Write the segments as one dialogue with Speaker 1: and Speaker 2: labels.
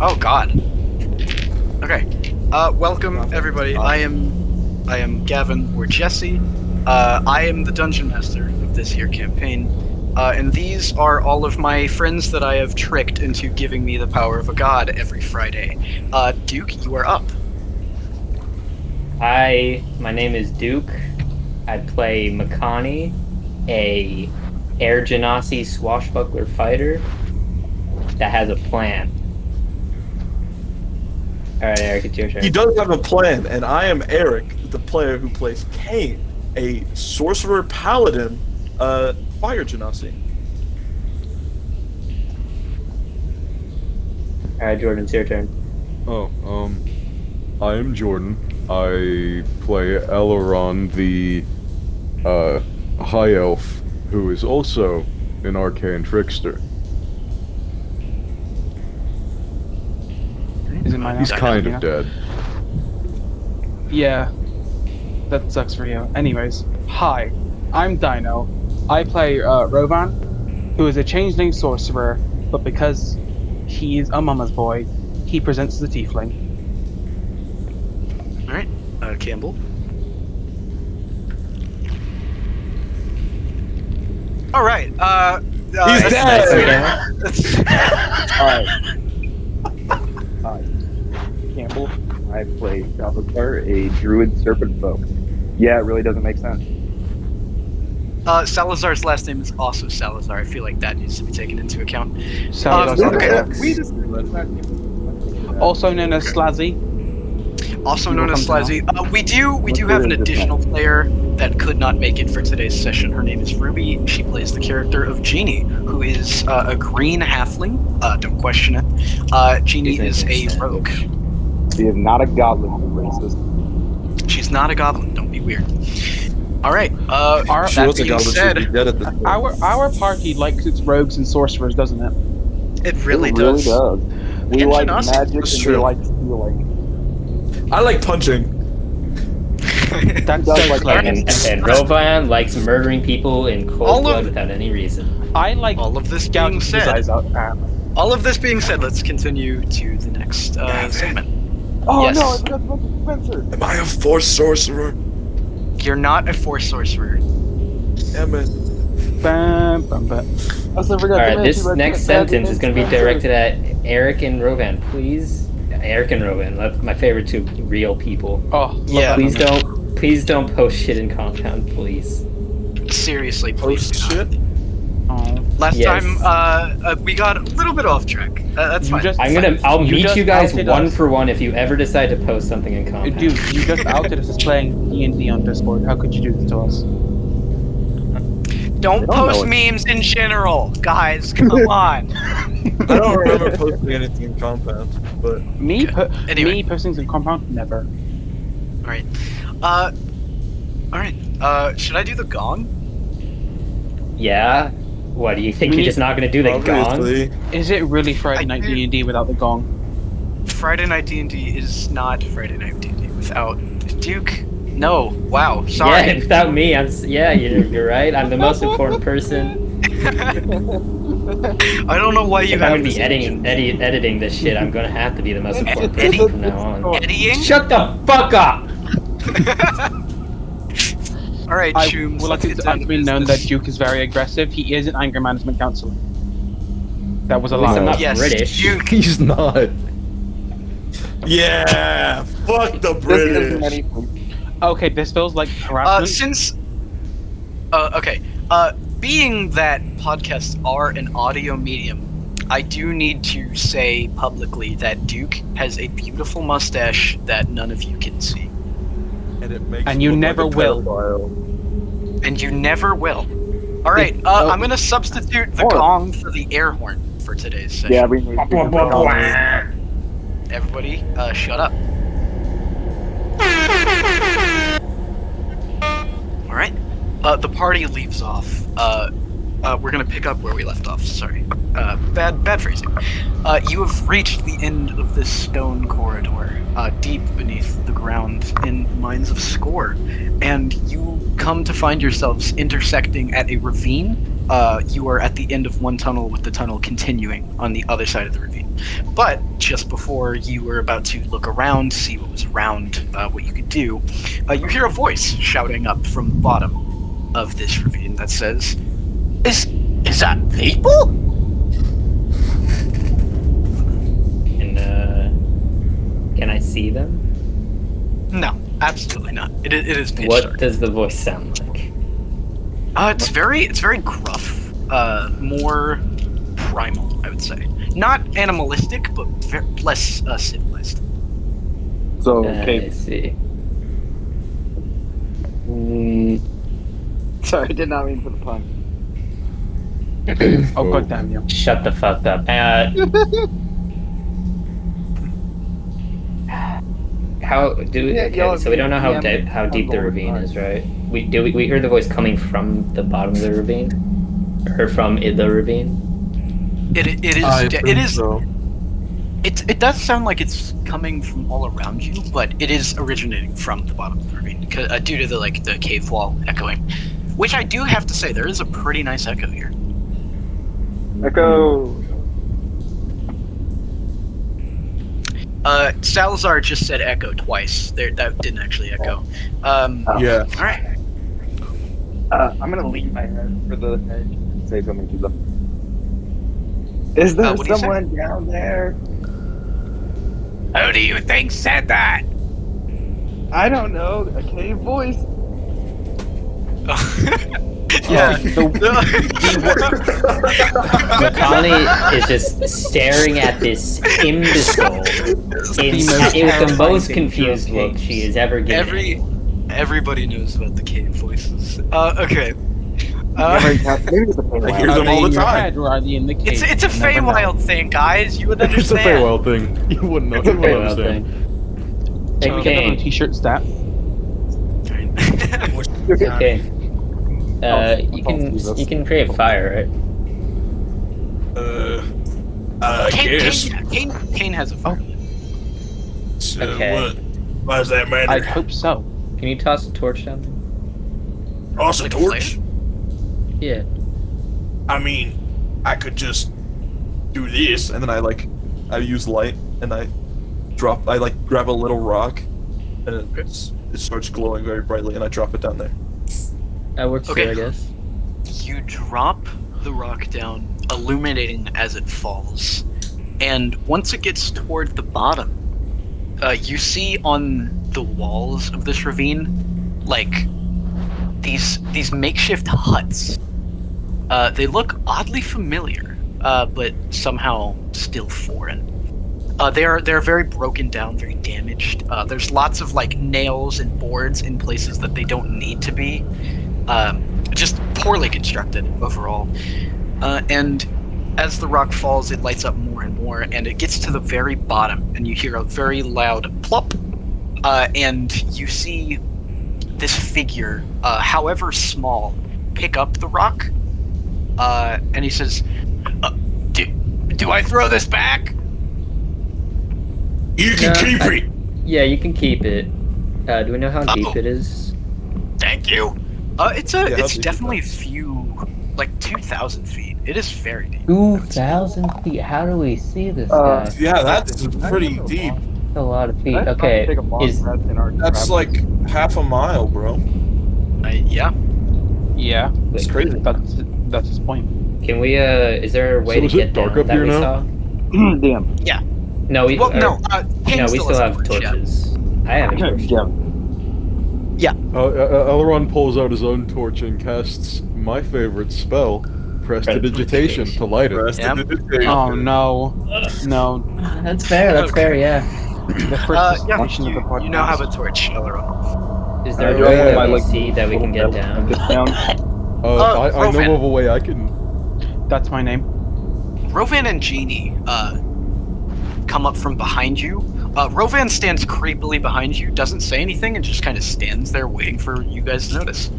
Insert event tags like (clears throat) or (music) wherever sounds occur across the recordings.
Speaker 1: Oh God. Okay. Uh, welcome everybody. I am, I am Gavin or Jesse. Uh, I am the dungeon master of this here campaign, uh, and these are all of my friends that I have tricked into giving me the power of a god every Friday. Uh, Duke, you are up.
Speaker 2: Hi, my name is Duke. I play Makani, a Air Genasi swashbuckler fighter that has a plan. All right, Eric, it's your turn.
Speaker 3: He does have a plan, and I am Eric, the player who plays Kane, a sorcerer paladin, uh, fire genasi.
Speaker 2: All right, Jordan, it's your turn.
Speaker 4: Oh, um, I am Jordan. I play Eleron, the uh, high elf, who is also an arcane trickster.
Speaker 5: Is it mine?
Speaker 4: He's
Speaker 5: now?
Speaker 4: kind
Speaker 5: Yeah.
Speaker 4: of dead. (laughs)
Speaker 5: Yeah. That sucks for you. Anyways, hi, I'm Dino. I play uh, Rovan, who is a changeling sorcerer, but because he's a mama's boy, he presents as a tiefling.
Speaker 1: All right. Uh, Campbell. All right. Uh, uh,
Speaker 3: He's
Speaker 1: that's-
Speaker 3: dead!
Speaker 1: that's- (laughs)
Speaker 3: (laughs)
Speaker 2: Yeah.
Speaker 1: that's-
Speaker 6: Hi. Hi. Campbell. I play Salvatore, a druid serpent folk. Yeah, it really doesn't make sense.
Speaker 1: Uh, Salazar's last name is also Salazar. I feel like that needs to be taken into account.
Speaker 5: Salazar
Speaker 1: Um, okay.
Speaker 5: Slazzy. Also known as Slazzy.
Speaker 1: Also known as
Speaker 5: Welcome
Speaker 1: Slazzy. Uh, we do we do
Speaker 6: What's
Speaker 1: have an
Speaker 6: your-
Speaker 1: additional player that could not make it for today's session. Her name is Ruby. She plays the character of Jeannie, who is uh, a green halfling. Uh, don't question it. Uh, Jeannie is a rogue.
Speaker 6: He is not a goblin he's racist.
Speaker 1: She's not a goblin. Don't be weird. All right. Uh,
Speaker 5: Our,
Speaker 3: She
Speaker 1: that
Speaker 3: was a
Speaker 1: being
Speaker 3: goblin, she
Speaker 1: said,
Speaker 3: would be dead at this point.
Speaker 5: our our party likes its rogues and sorcerers, doesn't it?
Speaker 1: it really
Speaker 6: It
Speaker 1: does. (laughs)
Speaker 6: We like
Speaker 1: Ingenosity.
Speaker 6: magic and
Speaker 3: That's
Speaker 6: we
Speaker 3: true.
Speaker 6: like stealing.
Speaker 3: I like punching.
Speaker 5: That's so
Speaker 6: Sounds like
Speaker 5: clever.
Speaker 2: And, and Rovan likes murdering people in cold
Speaker 1: All of-
Speaker 2: blood without any reason.
Speaker 5: I like
Speaker 1: All of this being
Speaker 5: scouting
Speaker 1: said,
Speaker 5: his eyes out. Ah.
Speaker 1: all of this being said, let's continue to the next uh, segment.
Speaker 6: Oh
Speaker 1: Yes.
Speaker 6: no, it's just Spencer.
Speaker 3: Am I a force sorcerer?
Speaker 1: You're not a force sorcerer.
Speaker 3: Damn it.
Speaker 5: Bam, bam, bam.
Speaker 6: I also forgot
Speaker 2: All right,
Speaker 6: to mention
Speaker 2: this
Speaker 6: that
Speaker 2: next
Speaker 6: Spencer
Speaker 2: sentence is going to be
Speaker 6: Spencer.
Speaker 2: directed at Eric and Rovan. Please, Eric and Rovan, that's my favorite two real people.
Speaker 5: Oh, love
Speaker 1: Yeah.
Speaker 5: that
Speaker 2: Please
Speaker 5: moment.
Speaker 2: don't, please don't post shit in compound, please.
Speaker 1: Seriously,
Speaker 3: Oh
Speaker 1: please. do not.
Speaker 3: shit.
Speaker 5: Oh.
Speaker 1: Last
Speaker 2: Yes.
Speaker 1: time, uh, uh, we got a little bit off track. Uh, that's
Speaker 5: You
Speaker 1: fine.
Speaker 5: just-
Speaker 2: I'm gonna, I'll
Speaker 5: You
Speaker 2: meet
Speaker 5: just
Speaker 2: you guys
Speaker 5: outed
Speaker 2: one
Speaker 5: us.
Speaker 2: for one if you ever decide to post something in compound.
Speaker 5: Dude, you just outed us as playing D and D on Discord. How could you do this to us?
Speaker 1: Don't
Speaker 6: don't
Speaker 1: post
Speaker 6: know
Speaker 1: memes in general, guys. Come on.
Speaker 3: I don't remember posting anything in compound, but
Speaker 5: Me, po-
Speaker 1: Anyway.
Speaker 5: me posting some compound never.
Speaker 1: All right. Uh, all right. Uh, should I do the gong?
Speaker 2: Yeah. What do you think?
Speaker 5: We
Speaker 2: You're
Speaker 5: need-
Speaker 2: just not gonna do the gong?
Speaker 3: obviously
Speaker 5: Is it really Friday
Speaker 1: I
Speaker 5: Night
Speaker 1: do-
Speaker 5: D and D without the gong?
Speaker 1: Friday Night D and D is not Friday Night D and D without Duke. No. Wow.
Speaker 2: Yeah,
Speaker 1: (laughs) Sorry.
Speaker 2: without me, I'm. s- Yeah, you're, you're right. I'm the most important person.
Speaker 1: I don't know why you
Speaker 2: If I'm
Speaker 1: haven't
Speaker 2: gonna be editing, edit, editing this shit, I'm gonna have to be the most important person from now on.
Speaker 1: Editing?
Speaker 2: Shut the fuck up!
Speaker 1: All right,
Speaker 5: I
Speaker 1: Chooms.
Speaker 5: would
Speaker 1: let's
Speaker 5: like it
Speaker 1: get
Speaker 5: to
Speaker 1: down
Speaker 5: have been known that
Speaker 1: business.
Speaker 5: Duke is very aggressive. He is an anger management counselor. That was a
Speaker 2: At least I'm
Speaker 5: lie.
Speaker 2: not
Speaker 1: Yes,
Speaker 2: British.
Speaker 1: Duke.
Speaker 4: He's not.
Speaker 3: Yeah. Fuck the
Speaker 6: This isn't
Speaker 3: British.
Speaker 6: anything.
Speaker 5: Okay, this feels like
Speaker 1: Uh,
Speaker 5: harassment.
Speaker 1: since, uh, okay, uh, being that podcasts are an audio medium, I do need to say publicly that Duke has a beautiful mustache that none of you can see,
Speaker 3: And, it makes
Speaker 5: And
Speaker 3: me
Speaker 5: you
Speaker 3: look
Speaker 5: never
Speaker 3: like a
Speaker 5: will.
Speaker 3: pedophile.
Speaker 1: and you never will. All right, uh, I'm gonna substitute the
Speaker 6: Or-
Speaker 1: gong for the air horn for today's session.
Speaker 6: Yeah, we need to
Speaker 1: Everybody, uh, shut up. All right. Uh, the party leaves off. Uh, uh, we're gonna pick up where we left off. Sorry. Uh, bad, bad phrasing. Uh, you have reached the end of this stone corridor, uh, deep beneath the ground in mines of score, and you come to find yourselves intersecting at a ravine uh, you are at the end of one tunnel with the tunnel continuing on the other side of the ravine. But just before you were about to look around, see what was around, uh, what you could do, uh, you hear a voice shouting up from the bottom of this ravine that says, "Is is that people?"
Speaker 2: And uh, can I see them?
Speaker 1: No, absolutely not. It, i- it is pitch
Speaker 2: what
Speaker 1: dark.
Speaker 2: does the voice sound like?
Speaker 1: Uh, it's very it's very gruff, uh, more primal, I would say. Not animalistic, but ver- less uh, civilized.
Speaker 6: So,
Speaker 2: Uh,
Speaker 6: okay,
Speaker 2: let's see. Mm,
Speaker 6: sorry, I did not mean for the pun.
Speaker 5: Oh,
Speaker 4: Oh.
Speaker 5: god damn you.
Speaker 2: shut the fuck up. Uh, how do we,
Speaker 6: Yeah, y'all-
Speaker 2: okay, so we don't know how
Speaker 6: yeah,
Speaker 2: deep how
Speaker 6: I'm
Speaker 2: deep the
Speaker 6: going
Speaker 2: ravine
Speaker 6: hard.
Speaker 2: is, right? We do we, we hear the voice coming from the bottom of the ravine, or from i- the ravine?
Speaker 1: It it is
Speaker 3: I
Speaker 1: de- it
Speaker 3: think
Speaker 1: is
Speaker 3: so.
Speaker 1: it, it does sound like it's coming from all around you, but it is originating from the bottom of the ravine 'cause- uh, due to the like the cave wall echoing. Which I do have to say, there is a pretty nice echo here.
Speaker 6: Echo.
Speaker 1: Uh, Salazar just said echo twice. There, that didn't actually echo. Um,
Speaker 6: Oh.
Speaker 4: Yeah.
Speaker 1: all right.
Speaker 6: Uh, I'm gonna lean my head for the edge and say something to them. Is there
Speaker 1: Uh, what do you say?
Speaker 6: someone down there?
Speaker 1: Who do you think said that?
Speaker 6: I don't know. A
Speaker 1: (laughs)
Speaker 6: cave voice.
Speaker 1: (laughs) yeah.
Speaker 2: Makani is just staring at this imbecile in,
Speaker 5: the most
Speaker 2: in- with the
Speaker 5: terrifying
Speaker 2: most
Speaker 5: thing to
Speaker 2: confused
Speaker 5: a
Speaker 2: look
Speaker 5: pig.
Speaker 2: she has ever given.
Speaker 1: Every everybody knows about the cave voices. Uh, okay.
Speaker 6: Maybe
Speaker 1: Uh,
Speaker 6: it's a cave
Speaker 3: I
Speaker 6: voice.
Speaker 3: hear
Speaker 5: Are
Speaker 3: them
Speaker 5: they
Speaker 3: all
Speaker 5: in
Speaker 3: the
Speaker 5: your
Speaker 3: time.
Speaker 5: head or are they in the
Speaker 1: (laughs)
Speaker 5: cave?
Speaker 1: it's it's a
Speaker 5: You never know.
Speaker 1: Feywild thing, guys. You would
Speaker 4: (laughs) It's a
Speaker 1: understand.
Speaker 4: Feywild thing. You wouldn't know.
Speaker 2: It's a
Speaker 4: You wouldn't
Speaker 2: Feywild
Speaker 4: understand.
Speaker 5: So we get them on
Speaker 2: Okay,
Speaker 5: t-shirt stat.
Speaker 1: (laughs)
Speaker 2: okay. Uh, you can you can create fire, right?
Speaker 3: Uh, I
Speaker 1: Kane,
Speaker 3: guess.
Speaker 1: Kane, Kane, Kane has a fire.
Speaker 3: So
Speaker 2: Okay.
Speaker 3: what? Why does that
Speaker 5: I
Speaker 3: matter?
Speaker 5: hope so.
Speaker 2: Can you toss a torch down there?
Speaker 3: Also,
Speaker 1: Like a
Speaker 3: torch.
Speaker 2: Yeah.
Speaker 3: I mean, I could just do this, and then I like, I use light, and I drop. I like grab a little rock, and it, it starts glowing very brightly, and I drop it down there.
Speaker 2: That works
Speaker 1: Okay.
Speaker 2: too, I guess.
Speaker 1: You drop the rock down, illuminating as it falls. And once it gets toward the bottom, uh, you see on the walls of this ravine, like these these makeshift huts. Uh, they look oddly familiar, uh, but somehow still foreign. Uh, they are they're very broken down, very damaged. Uh, there's lots of like nails and boards in places that they don't need to be. Um, just poorly constructed overall. Uh, and as the rock falls, it lights up more and more, and it gets to the very bottom, and you hear a very loud plop, uh, and you see this figure, uh, however small, pick up the rock, uh, and he says, uh, do, "Do I throw this back?"
Speaker 3: You
Speaker 2: can Yeah, keep I-
Speaker 3: it.
Speaker 2: Yeah, you can keep it. Uh, do we know how deep
Speaker 1: Uh-oh.
Speaker 2: it is?
Speaker 1: Thank you. Uh, it's a,
Speaker 3: Yeah, how
Speaker 1: it's
Speaker 3: deep is
Speaker 1: definitely a few, like two thousand feet. It is very deep.
Speaker 2: Two thousand feet. How do we see this
Speaker 6: Uh,
Speaker 2: guy?
Speaker 3: Yeah, that's pretty deep.
Speaker 2: That's a lot of feet.
Speaker 6: Let's not
Speaker 2: Okay,
Speaker 6: take a long
Speaker 2: is
Speaker 6: breath in our
Speaker 3: That's
Speaker 6: trap.
Speaker 3: like half a mile, bro.
Speaker 1: Uh, yeah.
Speaker 5: Yeah,
Speaker 3: That's crazy.
Speaker 5: that's that's his
Speaker 1: (clears throat)
Speaker 5: point.
Speaker 2: can we? Uh, is there a way
Speaker 4: So
Speaker 2: to
Speaker 4: is it
Speaker 2: get
Speaker 4: dark
Speaker 2: down
Speaker 4: up
Speaker 2: that
Speaker 4: here
Speaker 2: we
Speaker 4: now?
Speaker 2: saw?
Speaker 6: damn.
Speaker 2: No, we.
Speaker 1: Well,
Speaker 2: or-
Speaker 1: no, uh, Kane
Speaker 2: no, we still
Speaker 1: has a
Speaker 2: have
Speaker 1: torch, yeah.
Speaker 2: torches. I have a torch.
Speaker 6: Yeah.
Speaker 4: Uh, uh, Elrond pulls out his own torch and casts my favorite spell, Prestidigitation, to light it.
Speaker 1: Yeah.
Speaker 5: Oh no, no.
Speaker 2: That's fair. That's fair. Yeah.
Speaker 5: The first
Speaker 1: Uh, yeah,
Speaker 5: distinction
Speaker 1: you,
Speaker 5: of the podcast.
Speaker 1: you now have a torch, Elrond.
Speaker 2: Is there
Speaker 6: Uh,
Speaker 2: a
Speaker 6: do I
Speaker 2: way
Speaker 4: have
Speaker 2: that
Speaker 4: my,
Speaker 2: we
Speaker 6: like,
Speaker 2: see that we can get down?
Speaker 4: Uh,
Speaker 1: Uh,
Speaker 4: I, I
Speaker 1: Rovan.
Speaker 4: know of a way I can.
Speaker 5: That's my name.
Speaker 1: Rovan and Genie uh, come up from behind you. Uh, Rovan stands creepily behind you, doesn't say anything, and just kind of stands there waiting for you guys to notice.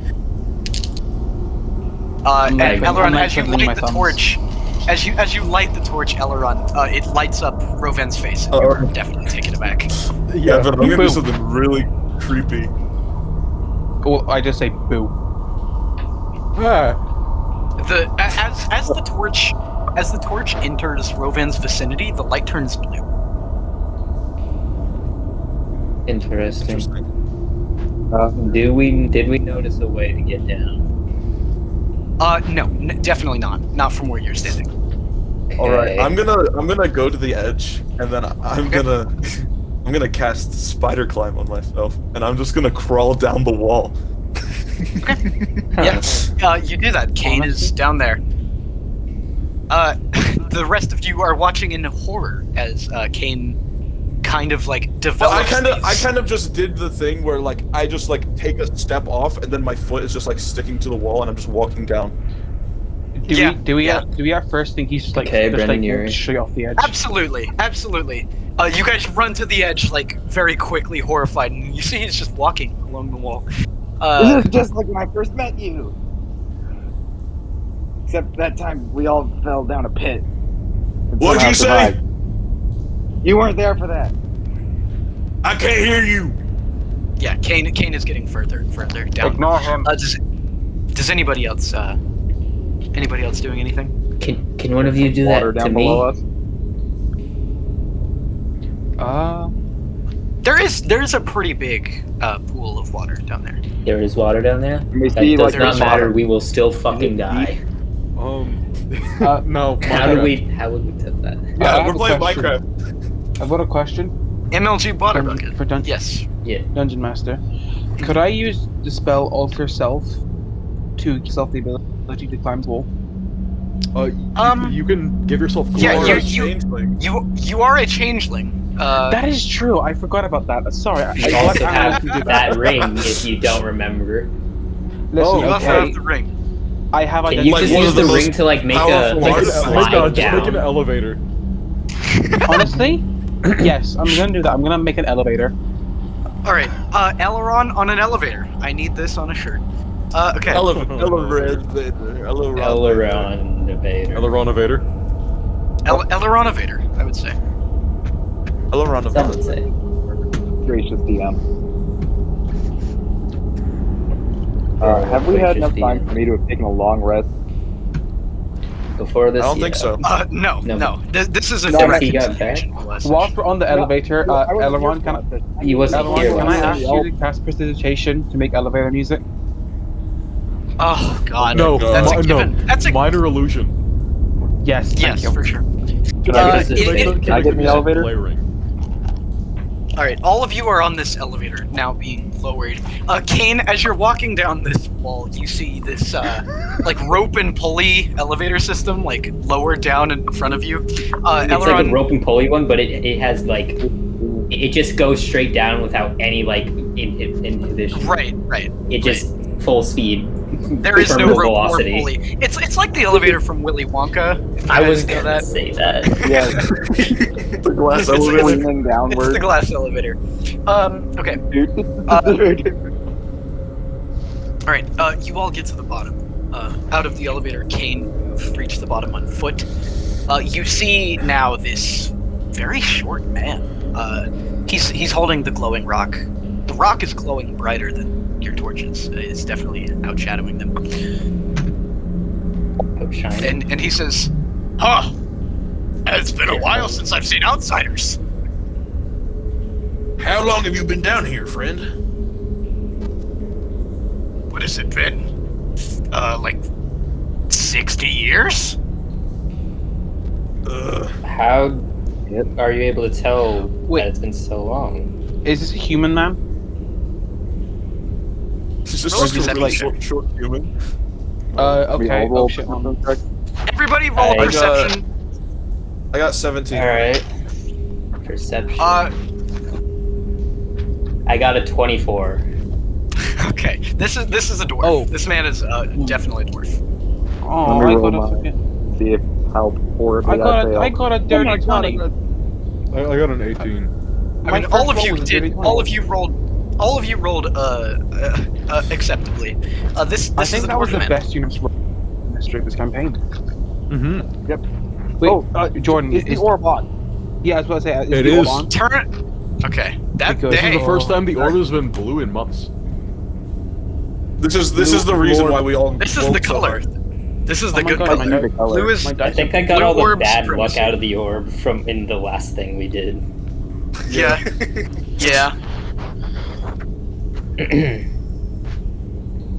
Speaker 1: Uh, and
Speaker 5: I'm like- I'm
Speaker 1: Elrond,
Speaker 5: like
Speaker 1: as you
Speaker 5: twiddling my
Speaker 1: light the
Speaker 5: thumbs.
Speaker 1: torch, as you as you light the torch, Elrond, uh, it lights up Rovan's face.
Speaker 5: Oh.
Speaker 1: and You're definitely taken aback.
Speaker 3: Yeah, but I'm gonna do
Speaker 4: boom.
Speaker 3: something really creepy.
Speaker 5: Well, I just say boo.
Speaker 4: Ah,
Speaker 1: the a- as as the torch as the torch enters Rovan's vicinity, the light turns blue.
Speaker 2: Interesting.
Speaker 3: Interesting.
Speaker 6: Um,
Speaker 2: Do we did we notice a way to get down?
Speaker 1: Uh, no, n- definitely not. Not from where you're standing.
Speaker 3: All right,
Speaker 2: Okay.
Speaker 3: I'm gonna I'm gonna go to the edge, and then I'm
Speaker 1: Okay.
Speaker 3: gonna (laughs) I'm gonna cast spider climb on myself, and I'm just gonna crawl down the wall.
Speaker 2: Huh.
Speaker 1: yeah. Uh, you do that. Kane is down there. Uh, (laughs) the rest of you are watching in horror as uh, Kane kind of like
Speaker 3: Well,
Speaker 1: develops.
Speaker 3: I kind of I
Speaker 1: these-
Speaker 3: kind of just did the thing where like I just like take a step off, and then my foot is just like sticking to the wall, and I'm just walking down.
Speaker 5: Do
Speaker 1: Yeah,
Speaker 5: we do we uh,
Speaker 1: yeah.
Speaker 5: do we at first think he's just like
Speaker 2: Okay,
Speaker 5: just
Speaker 2: Brendan,
Speaker 5: like,
Speaker 2: you're-
Speaker 5: walked straight off the edge?
Speaker 1: Absolutely, absolutely. Uh, you guys run to the edge like very quickly, horrified, and you see he's just walking along the wall.
Speaker 6: (laughs)
Speaker 1: Uh,
Speaker 7: this is just like when I first met you. Except that time we all fell down a pit. and
Speaker 3: What'd
Speaker 7: somehow
Speaker 3: you say?
Speaker 7: survived. You weren't there for that.
Speaker 3: I can't hear you.
Speaker 1: yeah, Kane. Kane is getting further and further down.
Speaker 5: Ignore him.
Speaker 1: Uh, does, does anybody else? Uh, anybody else doing anything?
Speaker 2: Can can one of you do
Speaker 6: water
Speaker 2: that to
Speaker 6: down
Speaker 2: me?
Speaker 6: below us.
Speaker 5: Uh,
Speaker 1: There is there is a pretty big uh, pool of water down there.
Speaker 2: There is water down there.
Speaker 6: Can we
Speaker 2: That
Speaker 6: see
Speaker 2: does
Speaker 6: like
Speaker 1: there
Speaker 2: not
Speaker 1: is
Speaker 2: matter.
Speaker 1: water.
Speaker 2: We will still fucking
Speaker 6: deep?
Speaker 2: die.
Speaker 4: Um.
Speaker 5: Uh,
Speaker 4: (laughs) no. my
Speaker 2: How do
Speaker 4: bad.
Speaker 2: we? How would we tip that?
Speaker 5: I
Speaker 3: Yeah,
Speaker 5: have
Speaker 3: Uh, we're
Speaker 5: a
Speaker 3: playing
Speaker 5: question.
Speaker 3: Minecraft.
Speaker 5: I've got a question
Speaker 1: MLG water
Speaker 5: for,
Speaker 1: bucket.
Speaker 5: for Dun-
Speaker 1: Yes.
Speaker 5: Dungeon Master. Could I use the spell Alter Self to give self the ability to climb the wall?
Speaker 4: Uh, you,
Speaker 1: Um,
Speaker 4: you can give yourself glory.
Speaker 1: Yeah,
Speaker 3: Or
Speaker 1: you-
Speaker 3: a
Speaker 1: you-
Speaker 3: changeling.
Speaker 1: You you are a changeling. Uh,
Speaker 5: that is true. I forgot about that. Sorry. I,
Speaker 2: You
Speaker 5: I-
Speaker 2: also
Speaker 5: I- I
Speaker 2: have
Speaker 6: (laughs)
Speaker 5: can do
Speaker 2: that ring if you don't remember.
Speaker 5: Listen,
Speaker 1: Oh, you
Speaker 5: okay,
Speaker 1: also have the ring.
Speaker 5: I have
Speaker 2: Can you
Speaker 3: like
Speaker 5: identified.
Speaker 2: just
Speaker 3: one
Speaker 2: use
Speaker 3: of the
Speaker 2: the
Speaker 3: most
Speaker 2: ring to like make a
Speaker 3: powerful
Speaker 2: like
Speaker 3: arts.
Speaker 2: a
Speaker 3: Just
Speaker 4: Make,
Speaker 2: slide
Speaker 4: a, make an
Speaker 2: down?
Speaker 4: elevator.
Speaker 1: (coughs)
Speaker 5: Honestly, yes, I'm gonna do that. I'm gonna make an elevator.
Speaker 1: All right. Uh, Aileron on an elevator. I need this on a shirt. Uh, okay.
Speaker 3: Elev- elevator, elevator,
Speaker 2: Aileron elevator.
Speaker 4: Aileron evader.
Speaker 1: El- Aileron elevator. I would say.
Speaker 3: Aileron
Speaker 2: Some
Speaker 3: elevator.
Speaker 2: would say.
Speaker 6: Gracious DM. Uh, have we had enough
Speaker 2: Gracious
Speaker 6: time
Speaker 2: DM.
Speaker 6: for me to have taken a long rest?
Speaker 2: Before
Speaker 3: I
Speaker 2: this,
Speaker 3: don't think
Speaker 2: yeah.
Speaker 3: so.
Speaker 1: Uh, no,
Speaker 2: No.
Speaker 1: no. Th- this is a
Speaker 2: No,
Speaker 1: direct
Speaker 2: he got back.
Speaker 1: continuation of the lesson.
Speaker 5: Whilst we're on the elevator, uh, Elrond, can I,
Speaker 2: He wasn't
Speaker 5: Elrond,
Speaker 2: here
Speaker 5: can I
Speaker 2: last
Speaker 5: ask
Speaker 2: time.
Speaker 5: you to cast prestidigitation to make elevator music?
Speaker 1: Oh God.
Speaker 4: No,
Speaker 1: That's
Speaker 4: mi-
Speaker 1: a
Speaker 4: no.
Speaker 1: given. That's a
Speaker 4: Minor illusion.
Speaker 5: Yes. thank
Speaker 1: yes
Speaker 5: you.
Speaker 1: for sure.
Speaker 6: Can
Speaker 1: Uh,
Speaker 6: I
Speaker 2: it-
Speaker 6: get
Speaker 2: it-
Speaker 6: a- can I get in the elevator?
Speaker 4: Play ring.
Speaker 1: All right. All of you are on this elevator now, being lowered. Uh, Kane, as you're walking down this wall, you see this
Speaker 2: (laughs)
Speaker 1: uh, like rope and pulley elevator system, like lower down in front of you. Uh,
Speaker 2: It's like a
Speaker 1: Aileron.
Speaker 2: rope and pulley one, but it, it has like it just goes straight down without any like inhib- inhibition.
Speaker 1: Right, right.
Speaker 2: It just full speed.
Speaker 1: There is no
Speaker 2: terminal
Speaker 1: rope or
Speaker 2: velocity.
Speaker 1: pulley. It's it's like the elevator from Willy Wonka. if you
Speaker 2: I
Speaker 1: guys
Speaker 2: was
Speaker 1: know
Speaker 2: gonna
Speaker 1: that.
Speaker 2: say that.
Speaker 5: Uh,
Speaker 6: Yeah,
Speaker 5: (laughs)
Speaker 3: The glass
Speaker 1: It's-
Speaker 3: elevator.
Speaker 6: leaning
Speaker 1: It's the
Speaker 6: downward.
Speaker 1: glass elevator. Um. Okay. (laughs) All right, uh, you all get to the bottom. Uh, out of the elevator, Kane, you've reached the bottom on foot. Uh, you see now this very short man. Uh, he's he's holding the glowing rock. The rock is glowing brighter than your torches. It's definitely outshadowing them.
Speaker 2: Outshine.
Speaker 1: And and he says, "Huh? It's been a while since I've seen outsiders.
Speaker 3: How long have you been down here, friend?
Speaker 1: What has it been? Uh, like sixty years?
Speaker 3: Uh,
Speaker 2: How
Speaker 6: Yep.
Speaker 2: are you able to tell
Speaker 5: Wait.
Speaker 2: that it's been so long?
Speaker 5: Is this a human man?
Speaker 3: is this
Speaker 1: Roll
Speaker 3: just a really
Speaker 1: perception.
Speaker 3: short, short human?
Speaker 5: Uh,
Speaker 6: We all
Speaker 5: okay.
Speaker 6: roll
Speaker 5: Oh, shit.
Speaker 6: perception check.
Speaker 1: Everybody, roll
Speaker 2: I got-
Speaker 1: perception."
Speaker 3: I got 17.
Speaker 2: All right. Perception.
Speaker 1: Uh,
Speaker 2: I got a twenty-four.
Speaker 1: Uh, Okay, this is this is a dwarf.
Speaker 5: Oh.
Speaker 1: This man is uh, definitely a dwarf.
Speaker 5: Oh,
Speaker 6: Let me
Speaker 5: I
Speaker 6: roll
Speaker 5: got a
Speaker 6: mine.
Speaker 5: fucking-
Speaker 6: See if how horribly
Speaker 5: I
Speaker 6: I,
Speaker 5: got a,
Speaker 6: fail.
Speaker 5: I got
Speaker 1: Oh
Speaker 5: a dirty twenty.
Speaker 4: I, I got an 18.
Speaker 1: I
Speaker 5: My
Speaker 1: mean, all
Speaker 5: first
Speaker 1: of
Speaker 5: roll
Speaker 1: you
Speaker 5: was a
Speaker 1: did.
Speaker 5: dirty
Speaker 1: All
Speaker 5: 20.
Speaker 1: of you rolled. All of you rolled uh, uh, uh acceptably. Uh, this this
Speaker 5: I
Speaker 1: is
Speaker 5: think
Speaker 1: a
Speaker 5: that was
Speaker 1: dwarf
Speaker 5: the
Speaker 1: man.
Speaker 5: best unit's roll in the history of this campaign.
Speaker 4: Mm-hmm.
Speaker 5: Wait,
Speaker 7: Oh,
Speaker 5: uh, Jordan,
Speaker 7: Is the
Speaker 5: is-
Speaker 7: orb on?
Speaker 5: yeah, I was about to say, uh, is
Speaker 4: It
Speaker 5: the orb
Speaker 4: is.
Speaker 5: on?
Speaker 1: Turn. Okay, that
Speaker 5: Because
Speaker 4: This is the
Speaker 1: day.
Speaker 5: for-
Speaker 4: first
Speaker 3: Oh.
Speaker 4: time the order's been blue in months.
Speaker 3: This is this is the
Speaker 4: Lord-
Speaker 3: reason why we all.
Speaker 1: This is
Speaker 3: woke
Speaker 1: the
Speaker 3: so
Speaker 1: color.
Speaker 3: hard.
Speaker 1: This is
Speaker 5: Oh
Speaker 1: the
Speaker 5: my
Speaker 1: good
Speaker 5: God,
Speaker 1: part.
Speaker 5: I-
Speaker 6: the color.
Speaker 1: Blue is
Speaker 5: My
Speaker 2: I
Speaker 5: dice
Speaker 2: think
Speaker 5: are-
Speaker 2: I got
Speaker 1: Blue
Speaker 2: all the
Speaker 1: orb
Speaker 2: bad luck
Speaker 1: supremacy.
Speaker 2: out of the orb from in the last thing we did.
Speaker 5: (laughs)
Speaker 1: yeah, yeah.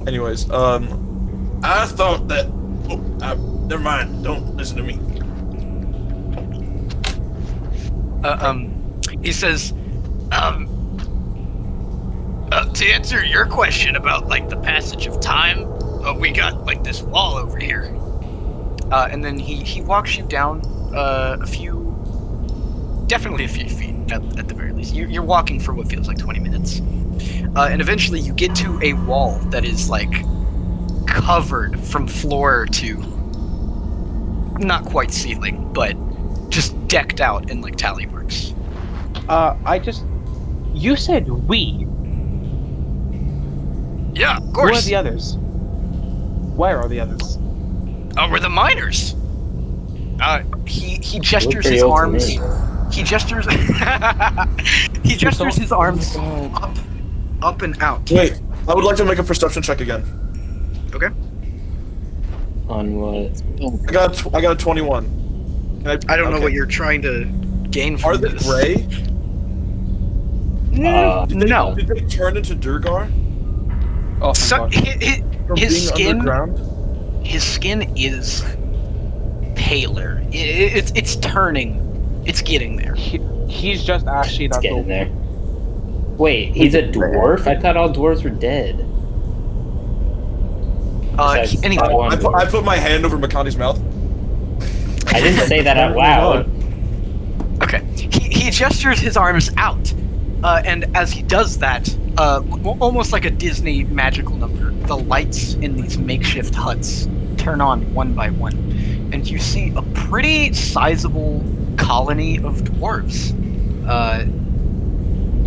Speaker 3: Anyways, um, I thought that. Oh, I, never mind. Don't listen to me.
Speaker 1: Uh, um, he says, um, uh, to answer your question about like the passage of time, uh, we got like this wall over here. Uh, and then he he walks you down uh, a few, definitely a few feet at, at the very least. You're, you're walking for what feels like 20 minutes, uh, and eventually you get to a wall that is like covered from floor to not quite ceiling, but just decked out in like tally marks.
Speaker 5: Uh, I just. You said we.
Speaker 1: Yeah, of
Speaker 5: Who are
Speaker 1: course.
Speaker 5: the others? Where are the others?
Speaker 1: Oh, we're the miners. Uh, he he
Speaker 2: Looked
Speaker 1: gestures
Speaker 2: pretty
Speaker 1: his
Speaker 2: old to me.
Speaker 1: arms. He gestures. (laughs) he gestures his arms up, up and out.
Speaker 3: Wait, I would like to make a perception check again.
Speaker 2: On what?
Speaker 3: I got a tw- I got a 21. Can
Speaker 1: I don't know
Speaker 3: okay.
Speaker 1: what you're trying to gain from
Speaker 3: Are they
Speaker 1: this.
Speaker 3: gray?
Speaker 2: Uh,
Speaker 3: Did they,
Speaker 1: Mm, No.
Speaker 3: Did they turn into Durgar?
Speaker 5: Oh, thank
Speaker 1: So,
Speaker 5: God.
Speaker 1: hi- hi-
Speaker 3: From
Speaker 1: His
Speaker 3: being
Speaker 1: skin-
Speaker 3: underground?
Speaker 1: his skin is paler. I- I- it's it's turning. It's getting there.
Speaker 5: He, he's just actually
Speaker 2: let's get
Speaker 5: that's the
Speaker 2: in there. Wait, he's a dwarf? I thought all dwarves were dead.
Speaker 1: Uh,
Speaker 2: Besides
Speaker 1: he-
Speaker 2: that
Speaker 1: anyway,
Speaker 2: one
Speaker 3: I put,
Speaker 2: dwarf.
Speaker 3: I put my hand over Makani's mouth.
Speaker 2: I didn't say that out loud.
Speaker 1: Okay. He, he gestures his arms out, uh, and as he does that, uh, al- almost like a Disney magical number, the lights in these makeshift huts turn on one by one, and you see a pretty sizable colony of dwarves. Uh,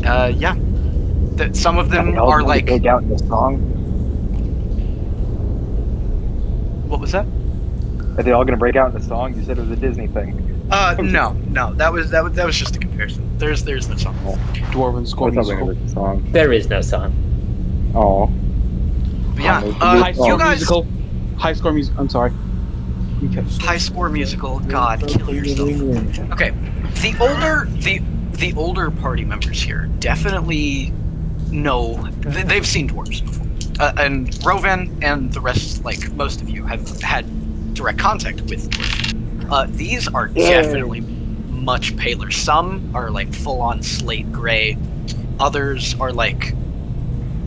Speaker 1: uh, yeah. That some of them are like.
Speaker 7: big out in the song.
Speaker 1: What was that?
Speaker 6: Are they all gonna break out in a song? You said it was a Disney thing.
Speaker 1: Uh, no, no. That was that was that was just a comparison. There's there's the song.
Speaker 5: dwarven school
Speaker 6: What's up
Speaker 5: musical.
Speaker 6: with a song?
Speaker 2: There is no song.
Speaker 7: Uh,
Speaker 6: Oh,
Speaker 1: But yeah.
Speaker 6: Oh,
Speaker 1: Uh,
Speaker 5: High score
Speaker 1: you guys.
Speaker 5: musical. High score music. I'm sorry. (laughs) Okay.
Speaker 1: High score musical. God, kill yourself. Okay, the older the the older party members here definitely know th- they've seen dwarves before, uh, and Rovan and the rest, like most of you, have had direct contact with. Dwarves. Uh, these are definitely much paler. Some are like full on slate gray. Others are like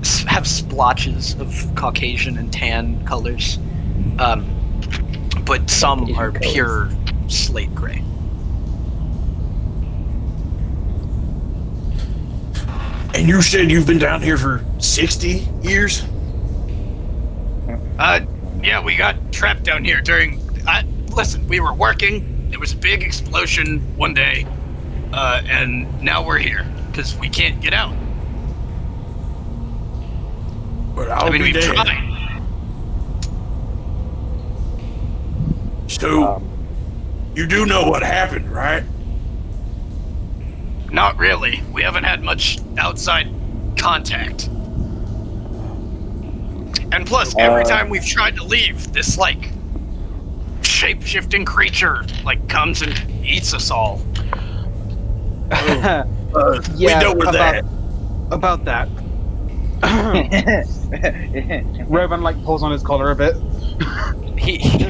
Speaker 1: s- have splotches of Caucasian and tan colors, um, but some
Speaker 2: Caucasian
Speaker 1: are
Speaker 2: colors.
Speaker 1: pure slate gray.
Speaker 3: And you said you've been down here for 60 years?
Speaker 1: Uh, yeah, we got trapped down here during. I listen. We were working. There was a big explosion one day, uh, and now we're here because we can't get out.
Speaker 3: But I'll
Speaker 1: I mean,
Speaker 3: be
Speaker 1: we've
Speaker 3: dead.
Speaker 1: tried.
Speaker 3: So
Speaker 6: um,
Speaker 3: you do know what happened, right?
Speaker 1: Not really. We haven't had much outside contact. And plus, every
Speaker 6: Uh,
Speaker 1: time we've tried to leave, this like shape-shifting creature like comes and eats us all.
Speaker 5: yeah,
Speaker 3: Uh, we know we're
Speaker 5: about,
Speaker 3: that.
Speaker 2: (laughs)
Speaker 5: about that. Revan like pulls on his collar a bit.
Speaker 1: He, (laughs) he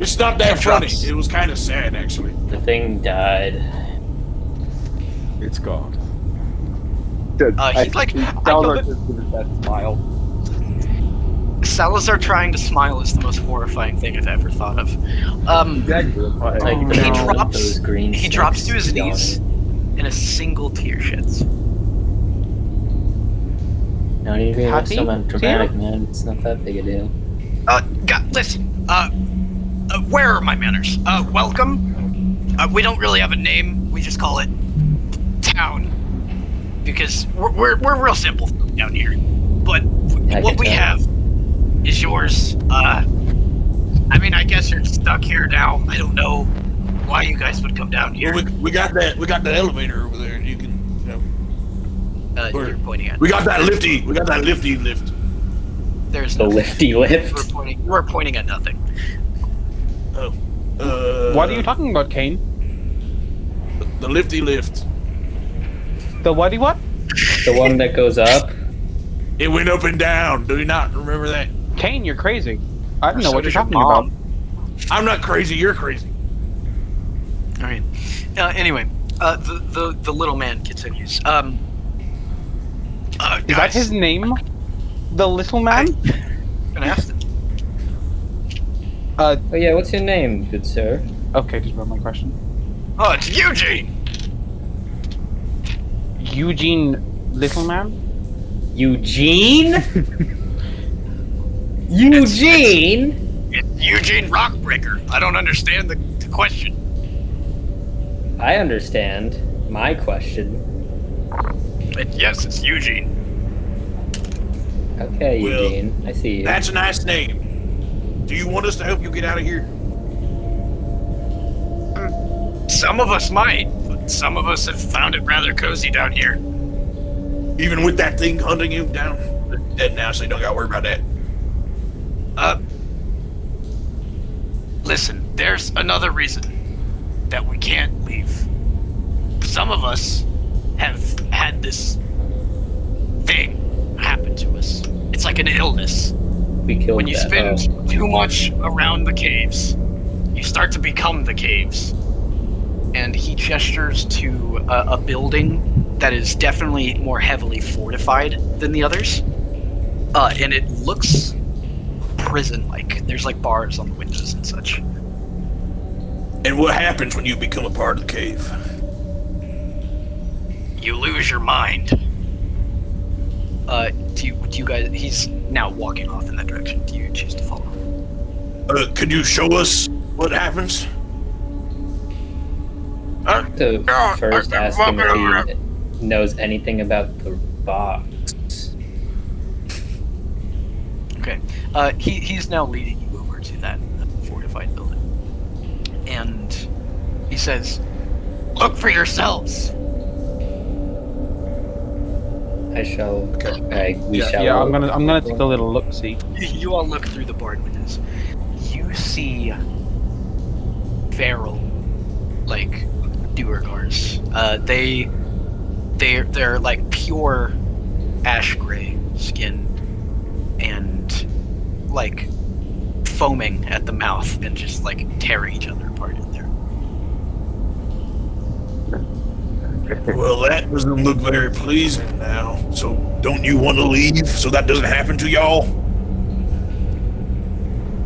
Speaker 3: It's not that
Speaker 1: It
Speaker 3: funny.
Speaker 1: drops.
Speaker 3: It was kind of sad, actually.
Speaker 2: The thing died.
Speaker 4: It's gone.
Speaker 1: Uh, he's like- I
Speaker 6: Salazar
Speaker 1: love
Speaker 6: just gives us that smile.
Speaker 1: Salazar trying to smile is the most horrifying thing I've ever thought of. Um,
Speaker 6: Exactly.
Speaker 2: Like
Speaker 5: Oh,
Speaker 2: the
Speaker 5: he
Speaker 2: one with
Speaker 1: drops-
Speaker 2: those green
Speaker 1: he drops to
Speaker 2: snakes
Speaker 1: his
Speaker 2: down.
Speaker 1: knees, and a single tear sheds.
Speaker 2: No, you can have
Speaker 5: Happy?
Speaker 2: someone dramatic, man. It's not that big a deal.
Speaker 1: Uh, God, listen. Uh, uh, where are my manners? Uh, welcome. Uh, we don't really have a name. We just call it town because we're we're, we're real simple down here. But
Speaker 2: I
Speaker 1: what
Speaker 2: can
Speaker 1: we
Speaker 2: tell.
Speaker 1: have is yours. Uh, I mean, I guess you're stuck here now. I don't know why you guys would come down here.
Speaker 3: We, we got that. We got that elevator over there. You can. You know,
Speaker 1: Uh,
Speaker 3: Where?
Speaker 1: you're pointing at.
Speaker 3: we got that lifty. We got that lifty lift.
Speaker 1: There's
Speaker 2: The
Speaker 1: nothing.
Speaker 2: lifty
Speaker 1: You were
Speaker 2: lift.
Speaker 1: pointing. You were pointing at nothing.
Speaker 3: Uh,
Speaker 5: What are you talking about, Kane?
Speaker 3: The lifty lift.
Speaker 5: The whatty what?
Speaker 2: The one that goes up.
Speaker 3: It went up and down. Do you not remember that?
Speaker 5: Kane, you're crazy. I don't know
Speaker 1: So
Speaker 5: what you're
Speaker 1: does your
Speaker 5: talking
Speaker 1: mom.
Speaker 5: about.
Speaker 3: I'm not crazy. You're crazy.
Speaker 1: All right. Uh, anyway, uh, the, the the little man continues. Um, uh,
Speaker 5: Is that
Speaker 1: guys,
Speaker 5: his name? The little man?
Speaker 1: I'm gonna ask them.
Speaker 5: Uh,
Speaker 2: Oh yeah, what's your name, good sir?
Speaker 5: okay, just wrote my question.
Speaker 1: Oh, it's Eugene.
Speaker 5: Eugene Little Man?
Speaker 2: (laughs) Eugene. Eugene.
Speaker 1: It's Eugene Rockbreaker. I don't understand the, the question.
Speaker 2: I understand my question.
Speaker 1: But yes, it's Eugene.
Speaker 2: Okay,
Speaker 3: Well,
Speaker 2: Eugene. I see you.
Speaker 3: That's a nice name. Do you want us to help you get out of here?
Speaker 1: Some of us might, but some of us have found it rather cozy down here.
Speaker 3: Even with that thing hunting you down? They're Dead now, so you don't gotta worry about that.
Speaker 1: Uh, listen, there's another reason that we can't leave. Some of us have had this thing happen to us. It's like an illness.
Speaker 2: We killed
Speaker 1: When you
Speaker 2: that.
Speaker 1: spend
Speaker 2: Oh.
Speaker 1: too much around the caves, you start to become the caves. And he gestures to uh, a building that is definitely more heavily fortified than the others. Uh, and it looks prison like. There's like bars on the windows and such.
Speaker 3: And what happens when you become a part of the cave?
Speaker 1: You lose your mind. Uh, do you, do you guys. He's now walking off in that direction. Do you choose to follow?
Speaker 3: Uh, could you show us what happens?
Speaker 2: to
Speaker 1: (laughs) Yeah,
Speaker 2: first
Speaker 1: I- I
Speaker 2: ask him
Speaker 1: remember
Speaker 2: if he knows anything about the box.
Speaker 1: Okay. Uh, he, he's now leading you over to that fortified building. And he says, Look for yourselves! (laughs)
Speaker 2: I shall. I, we
Speaker 1: Yeah,
Speaker 2: shall.
Speaker 5: Yeah, I'm gonna I'm gonna take a little
Speaker 1: (laughs)
Speaker 5: look see.
Speaker 1: You all look through the barred windows. You see feral, like, duergars. Uh, they, they're, they're like pure ash gray skin and, like, foaming at the mouth and just, like, tearing each other apart in there.
Speaker 3: Well, that doesn't look very pleasing now. So, don't you want to leave so that doesn't happen to y'all?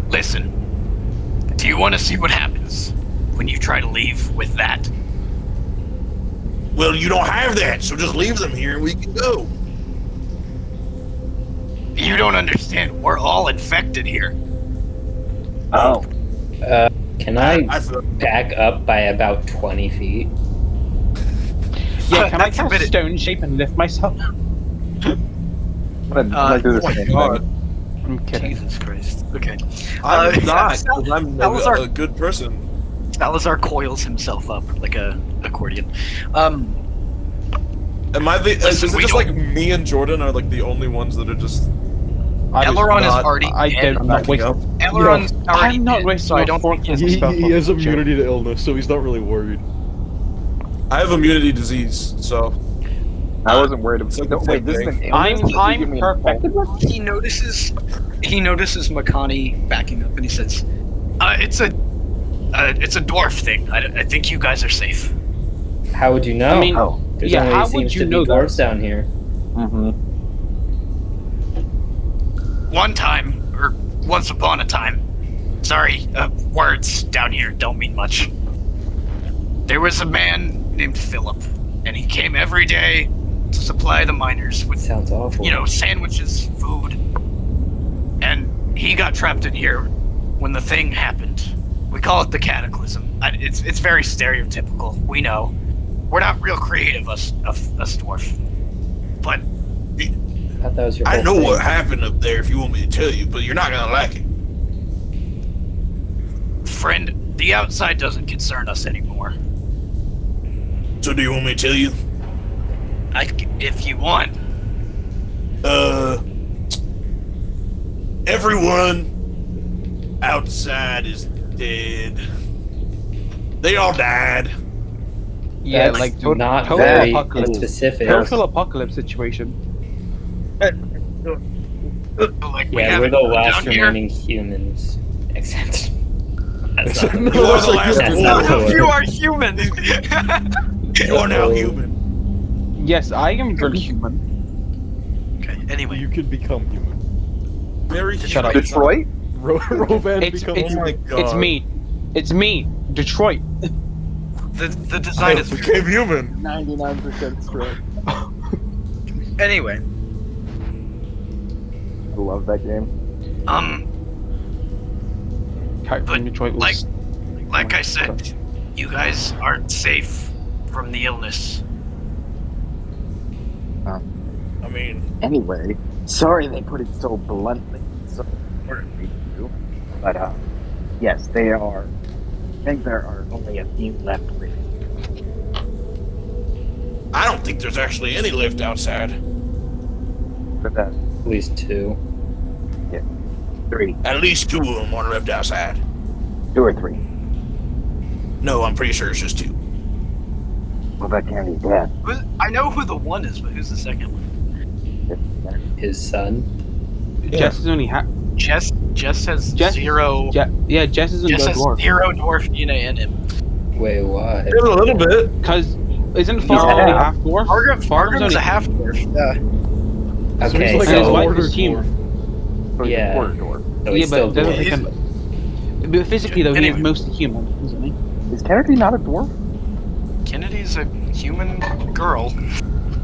Speaker 1: Listen, do you want to see what happens when you try to leave with that?
Speaker 3: Well, you don't have that, so just leave them here and we can go.
Speaker 1: You don't understand. We're all infected here.
Speaker 6: Oh,
Speaker 2: Uh, can I
Speaker 3: I thought,
Speaker 2: back up by about 20 feet?
Speaker 5: Yeah, can I
Speaker 1: That's a
Speaker 5: cast
Speaker 1: bit-
Speaker 5: stone shape and lift myself?
Speaker 6: I'm gonna
Speaker 1: Uh,
Speaker 6: I'm gonna do the
Speaker 3: oh my
Speaker 6: same
Speaker 3: God.
Speaker 6: thing.
Speaker 5: I'm kidding.
Speaker 1: Jesus Christ. Okay.
Speaker 3: I'm
Speaker 1: (laughs) Uh,
Speaker 3: not, 'cause I'm
Speaker 1: that
Speaker 3: a,
Speaker 1: was our-
Speaker 3: a good person.
Speaker 1: Salazar coils himself up like a accordion. Um,
Speaker 3: Am I the? is
Speaker 1: Listen,
Speaker 3: it
Speaker 1: we
Speaker 3: just
Speaker 1: don't-
Speaker 3: like me and Jordan are like the only ones that are just
Speaker 5: I was-
Speaker 1: Elrond is
Speaker 3: not-
Speaker 1: already
Speaker 5: I
Speaker 1: dead.
Speaker 5: don't I'm not
Speaker 3: backing
Speaker 5: wasting
Speaker 3: up?
Speaker 1: Elrond's already
Speaker 5: I'm not
Speaker 1: dead,
Speaker 5: wasting
Speaker 1: so
Speaker 5: my
Speaker 1: I don't think
Speaker 5: fork-
Speaker 4: He,
Speaker 5: Spell
Speaker 4: he has
Speaker 5: fucking shit.
Speaker 4: immunity to illness, so he's not really worried.
Speaker 3: I have immunity disease, so
Speaker 6: I wasn't worried
Speaker 3: It's
Speaker 6: about
Speaker 3: like the
Speaker 6: no, Wait,
Speaker 3: same
Speaker 6: this is
Speaker 3: thing.
Speaker 6: an illness?
Speaker 5: I'm-
Speaker 6: Does it
Speaker 5: I'm
Speaker 6: give me an
Speaker 5: perfect.
Speaker 6: infection?
Speaker 1: he notices he notices Makani backing up and he says, uh, it's a uh, it's a dwarf thing. I, I think you guys are safe.
Speaker 2: How would you know?
Speaker 5: I mean,
Speaker 6: Oh.
Speaker 2: There's
Speaker 5: yeah,
Speaker 2: only
Speaker 5: how would
Speaker 2: seems
Speaker 5: you
Speaker 2: to
Speaker 5: know
Speaker 2: be
Speaker 5: that?
Speaker 2: dwarves down here.
Speaker 6: Mm-hmm.
Speaker 1: one time or once upon a time sorry uh, words down here don't mean much there was a man named philip and he came every day to supply the miners with
Speaker 2: Sounds awful.
Speaker 1: you know sandwiches food and he got trapped in here when the thing happened we call it the cataclysm I, it's, it's very stereotypical we know we're not real creative us, us, us dwarf but
Speaker 2: I thought that was your
Speaker 3: I
Speaker 2: whole
Speaker 3: know
Speaker 2: thing.
Speaker 3: what happened up there. If you want me to tell you, but you're not gonna like it.
Speaker 1: friend the outside doesn't concern us anymore
Speaker 3: So, do you want me to tell you?
Speaker 1: I, if you want.
Speaker 3: Uh, Everyone outside is dead. They all died.
Speaker 5: Yeah,
Speaker 2: That's
Speaker 5: like to-
Speaker 2: not
Speaker 5: total
Speaker 2: very
Speaker 5: apocalypse.
Speaker 2: specific.
Speaker 5: Total apocalypse situation.
Speaker 1: But, like, we
Speaker 2: Yeah,
Speaker 1: have
Speaker 2: we're
Speaker 1: it
Speaker 2: the
Speaker 1: down
Speaker 2: last
Speaker 1: here.
Speaker 2: remaining humans, (laughs) except that's not
Speaker 4: (laughs) No,
Speaker 3: You are
Speaker 4: that's
Speaker 3: the
Speaker 4: like-
Speaker 3: last
Speaker 2: that's
Speaker 3: one.
Speaker 2: not the
Speaker 1: You
Speaker 2: word.
Speaker 1: are human. (laughs)
Speaker 3: You are
Speaker 4: Oh.
Speaker 3: now human.
Speaker 5: Yes, I am very human.
Speaker 1: okay. Anyway,
Speaker 4: You can become human. (laughs)
Speaker 3: Very
Speaker 1: Shut
Speaker 3: human.
Speaker 1: up.
Speaker 6: Detroit?
Speaker 4: Ro- Rovan
Speaker 5: It's-
Speaker 4: becomes
Speaker 5: it's-
Speaker 3: oh my
Speaker 4: human.
Speaker 3: god.
Speaker 5: It's me. It's me, Detroit.
Speaker 1: the the
Speaker 3: I
Speaker 1: design is
Speaker 3: became human.
Speaker 7: 99% stroke.
Speaker 1: anyway.
Speaker 6: I love that game.
Speaker 1: Um,
Speaker 5: Character
Speaker 1: But,
Speaker 5: in Detroit was
Speaker 1: like- like I said, you guys aren't safe from the illness.
Speaker 3: I mean,
Speaker 7: Anyway, sorry they put it so bluntly. So
Speaker 6: But, uh,
Speaker 7: yes, they are. I think there are only a few left. really.
Speaker 3: I don't think there's actually any left outside.
Speaker 6: for that
Speaker 2: At least two.
Speaker 7: Three,
Speaker 3: At least two of them are left outside.
Speaker 7: two or three.
Speaker 3: No, I'm pretty sure it's just two.
Speaker 7: Well, that can't be bad.
Speaker 1: Who's- I know who the one is, but who's the second one?
Speaker 2: His son.
Speaker 5: Jess is only ha-
Speaker 1: Jess. Jess has
Speaker 5: Jess-
Speaker 1: zero.
Speaker 5: Je- yeah, Jess is a
Speaker 1: Jess
Speaker 5: good
Speaker 1: has
Speaker 5: dwarf.
Speaker 1: zero dwarf DNA in him.
Speaker 2: Wait, why?
Speaker 3: a little bit.
Speaker 5: Cause isn't Farm only
Speaker 6: half.
Speaker 5: half dwarf?
Speaker 1: Fargrim, Fargrim's
Speaker 5: only-
Speaker 1: a half dwarf. Yeah.
Speaker 4: So he's
Speaker 2: Okay,
Speaker 4: like
Speaker 5: And his
Speaker 4: a
Speaker 2: so,
Speaker 5: wife
Speaker 4: quarter
Speaker 5: is human.
Speaker 4: dwarf.
Speaker 6: so he's
Speaker 2: Yeah.
Speaker 6: a quarter door.
Speaker 2: so
Speaker 5: yeah,
Speaker 2: he's
Speaker 5: but
Speaker 2: still
Speaker 5: doesn't
Speaker 2: dwarf.
Speaker 1: dwarf.
Speaker 5: become. But physically though, he
Speaker 1: Anyway.
Speaker 5: is mostly human, isn't he?
Speaker 6: Is Kennedy not a dwarf?
Speaker 1: Kennedy's a human girl.